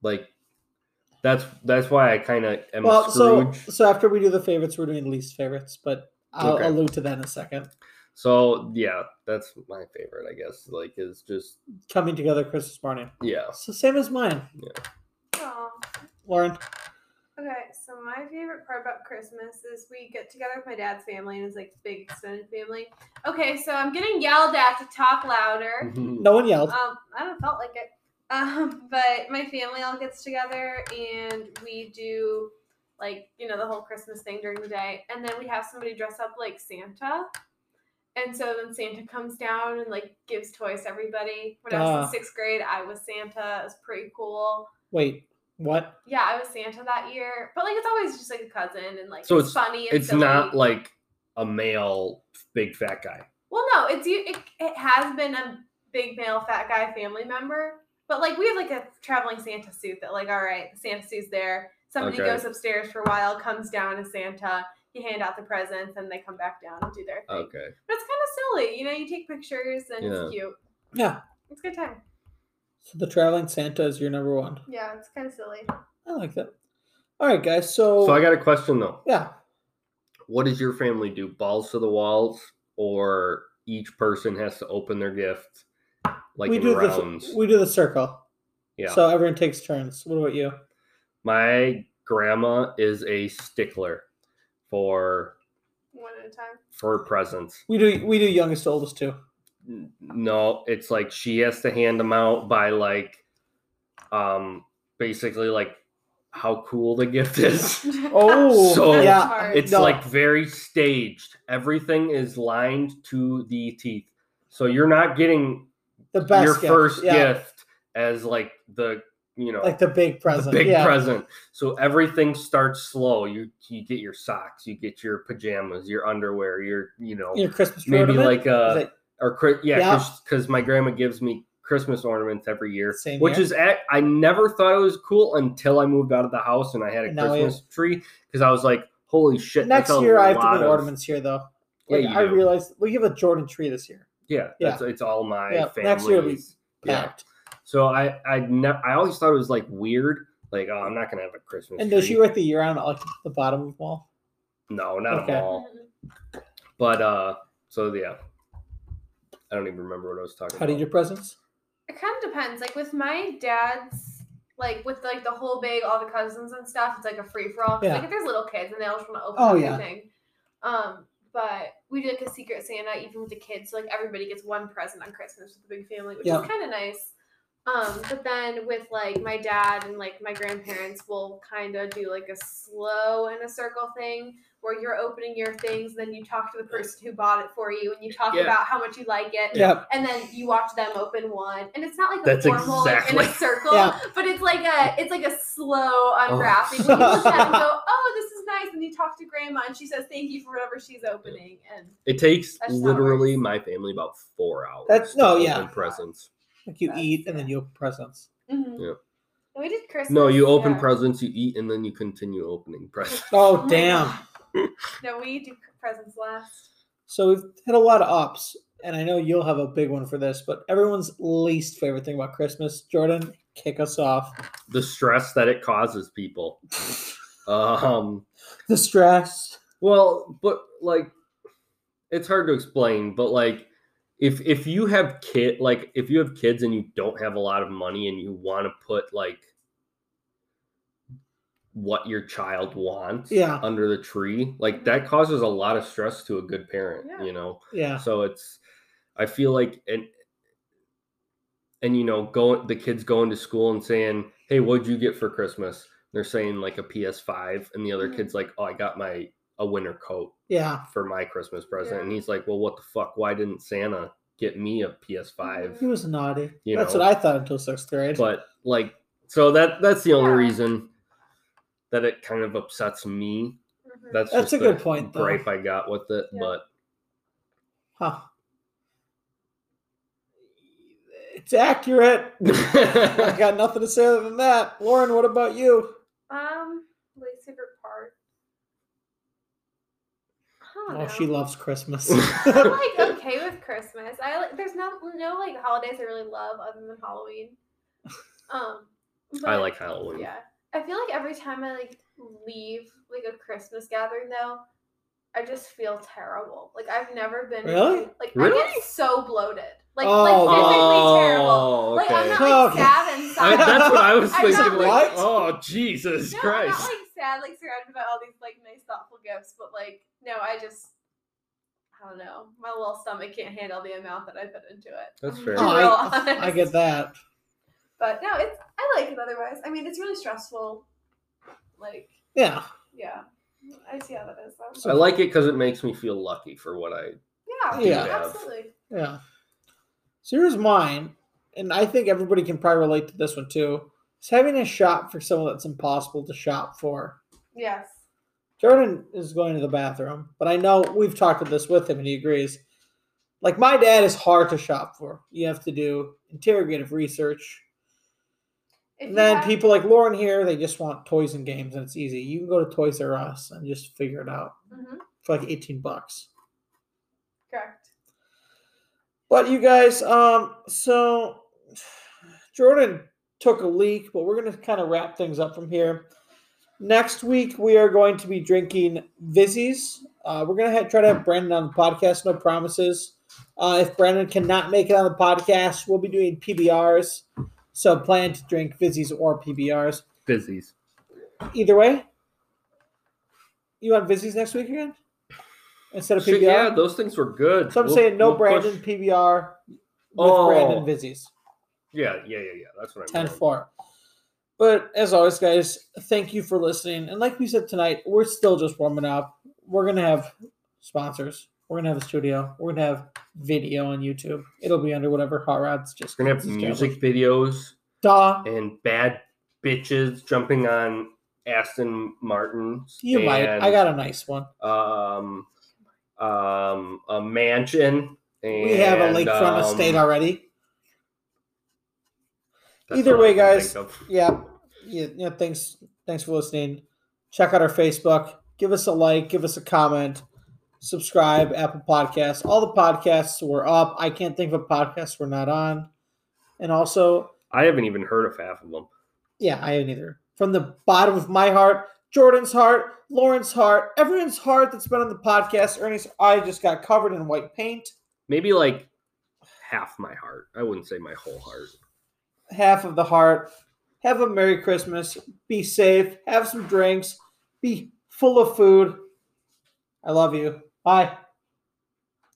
Speaker 1: Like that's that's why I kind of am
Speaker 2: well,
Speaker 1: a
Speaker 2: so
Speaker 1: Scrooge. So,
Speaker 2: so after we do the favorites, we're doing least favorites, but I'll
Speaker 1: Okay.
Speaker 2: allude to that in a second.
Speaker 1: So yeah, that's my favorite, I guess. Like is just
Speaker 2: Coming together, Christmas morning.
Speaker 1: yeah.
Speaker 2: So same as mine,
Speaker 3: Aw.
Speaker 2: Lauren.
Speaker 3: Okay, so my favorite part about Christmas is we get together with my dad's family and his like big extended family. Okay, so I'm getting yelled at to talk louder.
Speaker 1: Mm-hmm.
Speaker 2: No one yelled.
Speaker 3: Um, I don't felt like it. Um, but my family all gets together and we do like you know the whole Christmas thing during the day, and then we have somebody dress up like Santa. And so then Santa comes down and like gives toys to everybody. When I was
Speaker 2: Duh.
Speaker 3: in sixth grade, I was Santa. It was pretty cool.
Speaker 2: Wait, what?
Speaker 3: Yeah, I was Santa that year, but like it's always just like a cousin and like
Speaker 1: So
Speaker 3: it's,
Speaker 1: it's-
Speaker 3: funny. And
Speaker 1: It's
Speaker 3: silly.
Speaker 1: not like a male big fat guy.
Speaker 3: well, no, it's you. It, it has been a big male fat guy family member, but like we have like a traveling Santa suit that like all right, the Santa suit's there. Somebody
Speaker 1: Okay.
Speaker 3: goes upstairs for a while, comes down as Santa. You hand out the presents, and they come back down and do their thing.
Speaker 1: Okay.
Speaker 3: But it's kind of silly, you know. You take pictures, and
Speaker 1: Yeah.
Speaker 3: it's cute.
Speaker 2: Yeah.
Speaker 3: It's a good time.
Speaker 2: So the traveling Santa is your number one.
Speaker 3: Yeah, it's kind of silly.
Speaker 2: I like that. All right, guys. So,
Speaker 1: So I got a question though.
Speaker 2: yeah,
Speaker 1: What does your family do? Balls to the walls or each person has to open their gift like
Speaker 2: we
Speaker 1: in
Speaker 2: do
Speaker 1: rounds?
Speaker 2: the we do the circle.
Speaker 1: yeah.
Speaker 2: So everyone takes turns. What about you?
Speaker 1: My grandma is a stickler for
Speaker 3: One at a time.
Speaker 1: for presents.
Speaker 2: We do we do youngest to oldest too.
Speaker 1: N- No, it's like she has to hand them out by like um basically like how cool the gift is.
Speaker 2: Oh,
Speaker 1: So-
Speaker 2: yeah.
Speaker 3: Hard.
Speaker 1: It's
Speaker 2: No.
Speaker 1: like very staged. Everything is lined to the teeth. So you're not getting
Speaker 2: The best.
Speaker 1: your
Speaker 2: gift.
Speaker 1: first
Speaker 2: yeah.
Speaker 1: gift as like the you know
Speaker 2: Like the big present.
Speaker 1: big
Speaker 2: yeah.
Speaker 1: present. So everything starts slow. You you get your socks, you get your pajamas, your underwear, your you know
Speaker 2: Your Christmas tree
Speaker 1: maybe
Speaker 2: ornament?
Speaker 1: like uh, a
Speaker 2: Is it-
Speaker 1: or Chri-
Speaker 2: Yeah.
Speaker 1: yeah, because my grandma gives me Christmas ornaments every year,
Speaker 2: Same
Speaker 1: which
Speaker 2: here.
Speaker 1: is at, I never thought it was cool until I moved out of the house and I had a
Speaker 2: And now you-
Speaker 1: Christmas tree because I was like, holy shit!
Speaker 2: next
Speaker 1: that's a
Speaker 2: year I have to
Speaker 1: lot
Speaker 2: get
Speaker 1: of-
Speaker 2: ornaments here though.
Speaker 1: Yeah,
Speaker 2: Like
Speaker 1: you
Speaker 2: I
Speaker 1: do.
Speaker 2: realized we have a Jordan tree this year.
Speaker 1: Yeah,
Speaker 2: Yeah.
Speaker 1: that's it's all my
Speaker 2: Yeah,
Speaker 1: family.
Speaker 2: next year it'll be
Speaker 1: yeah.
Speaker 2: Packed.
Speaker 1: So I I ne- I always thought it was like weird. Like, oh, I'm not gonna have a Christmas.
Speaker 2: And
Speaker 1: tree.
Speaker 2: does she write the year on like the bottom of the wall?
Speaker 1: No, not
Speaker 2: Okay.
Speaker 1: at all.
Speaker 3: Mm-hmm.
Speaker 1: But uh, so yeah, I don't even remember what I was talking
Speaker 2: How
Speaker 1: about.
Speaker 2: did your presents?
Speaker 3: It kind of depends. Like with my dad's, like with like the whole big, all the cousins and stuff, it's like a free for all.
Speaker 2: Yeah.
Speaker 3: Like if there's little kids and they all just want to open
Speaker 2: Oh, yeah.
Speaker 3: everything. Um, but we do like a secret Santa even with the kids, so like everybody gets one present on Christmas with the big family, which
Speaker 2: Yeah.
Speaker 3: is kind of nice. Um, but then with like my dad and like my grandparents, we'll kind of do like a slow and a circle thing where you're opening your things, then you talk to the person who bought it for you, and you talk
Speaker 1: Yeah.
Speaker 3: about how much you like it,
Speaker 2: Yeah.
Speaker 3: and then you watch them open one and it's not like a
Speaker 1: That's
Speaker 3: formal like
Speaker 1: exactly-
Speaker 3: in
Speaker 1: Oh.
Speaker 3: a circle
Speaker 2: Yeah.
Speaker 3: but it's like a it's like a slow unwrapping When you look at it and go oh this is nice and you talk to grandma and she says thank you for whatever she's opening and
Speaker 1: It takes
Speaker 3: That's not
Speaker 1: literally
Speaker 3: worse.
Speaker 1: my family about four hours.
Speaker 2: That's-
Speaker 1: to
Speaker 2: no,
Speaker 1: open
Speaker 2: yeah.
Speaker 1: Presents.
Speaker 2: Like you
Speaker 3: That's-
Speaker 2: eat and then you open presents.
Speaker 3: Mhm.
Speaker 1: Yeah.
Speaker 3: And we did christmas
Speaker 1: No, you open
Speaker 3: yeah.
Speaker 1: presents, you eat, and then you continue opening presents.
Speaker 2: Oh
Speaker 3: my
Speaker 2: damn.
Speaker 3: no we do presents last
Speaker 2: So we've had a lot of ups, and I know you'll have a big one for this, but everyone's least favorite thing about Christmas, Jordan, kick us off.
Speaker 1: The stress that it causes people. um.
Speaker 2: The stress.
Speaker 1: Well, but like, it's hard to explain. But like, if if you have kid, like if you have kids and you don't have a lot of money and you want to put like what your child wants
Speaker 2: Yeah.
Speaker 1: under the tree, like that causes a lot of stress to a good parent.
Speaker 3: Yeah.
Speaker 1: You know.
Speaker 2: Yeah.
Speaker 1: So it's I feel like and and you know, going the kids going to school and saying, Hey, what'd you get for Christmas? They're saying like a PS5, and the other
Speaker 2: Mm-hmm.
Speaker 3: Mhm.
Speaker 1: kid's like, Oh, I got my a winter coat
Speaker 2: Yeah.
Speaker 1: for my Christmas present.
Speaker 3: Yeah.
Speaker 1: And he's like, Well, what the fuck? Why didn't Santa get me a PS5?
Speaker 3: Mhm.
Speaker 2: He was naughty.
Speaker 1: You
Speaker 2: That's
Speaker 1: know.
Speaker 2: what I thought until sixth grade.
Speaker 1: But like so that that's the only
Speaker 3: Yeah.
Speaker 1: reason that it kind of upsets me.
Speaker 3: Mhm.
Speaker 1: That's
Speaker 2: That's
Speaker 1: just
Speaker 2: a
Speaker 1: the
Speaker 2: good point, though.
Speaker 1: gripe I got with it.
Speaker 3: Yeah.
Speaker 1: But
Speaker 2: huh. It's accurate. I got nothing to say other than that. Lauren, what about you?
Speaker 3: um least favorite part I don't
Speaker 2: Oh,
Speaker 3: know.
Speaker 2: she loves Christmas.
Speaker 3: I'm like okay with Christmas. I like there's not no like holidays I really love other than Halloween. Um,
Speaker 1: I
Speaker 3: but,
Speaker 1: like Halloween.
Speaker 3: Yeah, I feel like every time I like leave like a Christmas gathering though, I just feel terrible. Like I've never been
Speaker 2: Really?
Speaker 3: like I
Speaker 1: Really?
Speaker 3: get so bloated. Like
Speaker 2: Oh,
Speaker 3: like physically
Speaker 1: oh,
Speaker 3: terrible. Like
Speaker 1: okay.
Speaker 3: I'm not like
Speaker 2: Okay.
Speaker 3: sad
Speaker 1: I-
Speaker 3: inside.
Speaker 1: that's what I was
Speaker 3: I'm
Speaker 1: thinking.
Speaker 3: not,
Speaker 1: like,
Speaker 2: like-
Speaker 1: oh Jesus
Speaker 3: no, I'm
Speaker 1: Christ!
Speaker 3: not like sad, like surrounded by all these like nice thoughtful gifts, but like no, I just I don't know. My little stomach can't handle the amount that I put into it.
Speaker 1: That's
Speaker 3: I'm
Speaker 1: fair.
Speaker 3: real
Speaker 2: Oh,
Speaker 3: honest.
Speaker 2: I get that.
Speaker 3: But no, it's I like it otherwise. I mean, it's really stressful. Like
Speaker 2: Yeah.
Speaker 3: yeah, I see how that is. Though.
Speaker 1: I like it because it makes me feel lucky for what I.
Speaker 3: Yeah,
Speaker 2: Yeah.
Speaker 3: absolutely.
Speaker 2: Yeah. So here's mine, and I think everybody can probably relate to this one too. It's having a shop for someone that's impossible to shop for.
Speaker 3: Yes.
Speaker 2: Jordan is going to the bathroom, but I know we've talked about this with him and he agrees. Like my dad is hard to shop for. You have to do interrogative research.
Speaker 3: If
Speaker 2: And then
Speaker 3: you have-
Speaker 2: people like Lauren here, they just want toys and games and it's easy. You can go to Toys R Us and just figure it out
Speaker 3: Mhm,
Speaker 2: for like 18 bucks.
Speaker 3: correct.
Speaker 2: But you guys, um, so Jordan took a leak, but we're gonna kind of wrap things up from here. Next week we are going to be drinking Vizzies. Uh, we're gonna have, try to have Brandon on the podcast. No promises. Uh, if Brandon cannot make it on the podcast, we'll be doing PBRs. So plan to drink Vizzies or PBRs.
Speaker 1: Busies.
Speaker 2: Either way, you want Vizzies next week again instead of PBR.
Speaker 1: Shit, yeah, those things were good.
Speaker 2: So I'm
Speaker 1: We'll-
Speaker 2: saying no
Speaker 1: we'll push-
Speaker 2: Brandon PBR with
Speaker 1: Oh.
Speaker 2: Brandon Vizzies.
Speaker 1: Yeah, yeah, yeah, yeah. That's what I
Speaker 2: 10
Speaker 1: meant.
Speaker 2: 4. But as always, guys, thank you for listening. And like we said tonight, we're still just warming up. We're going to have sponsors. We're going to have a studio. We're going to have video on YouTube. It'll be under whatever Hot Rods just
Speaker 1: We're gonna have
Speaker 2: gets
Speaker 1: music
Speaker 2: established.
Speaker 1: videos
Speaker 2: Duh.
Speaker 1: and bad bitches jumping on Aston Martins.
Speaker 2: You might. I got a nice one.
Speaker 1: a um um a mansion.
Speaker 2: We have a
Speaker 1: and,
Speaker 2: lakefront
Speaker 1: um,
Speaker 2: estate already.
Speaker 1: that's
Speaker 2: Either
Speaker 1: all I
Speaker 2: way,
Speaker 1: can think
Speaker 2: guys,
Speaker 1: of.
Speaker 2: yeah, yeah, yeah thanks thanks for listening check out our facebook give us a like give us a comment subscribe apple podcasts all the podcasts were up i can't think of a podcast we're not on and also
Speaker 1: I haven't even heard of half of them.
Speaker 2: yeah i haven't either from the bottom of my heart jordan's heart lauren's heart everyone's heart that's been on the podcast ernie's i just got covered in white paint
Speaker 1: Maybe like half my heart. I wouldn't say my whole heart.
Speaker 2: half of the heart. Have a Merry Christmas. Be safe. Have some drinks. Be full of food. I love you. Bye.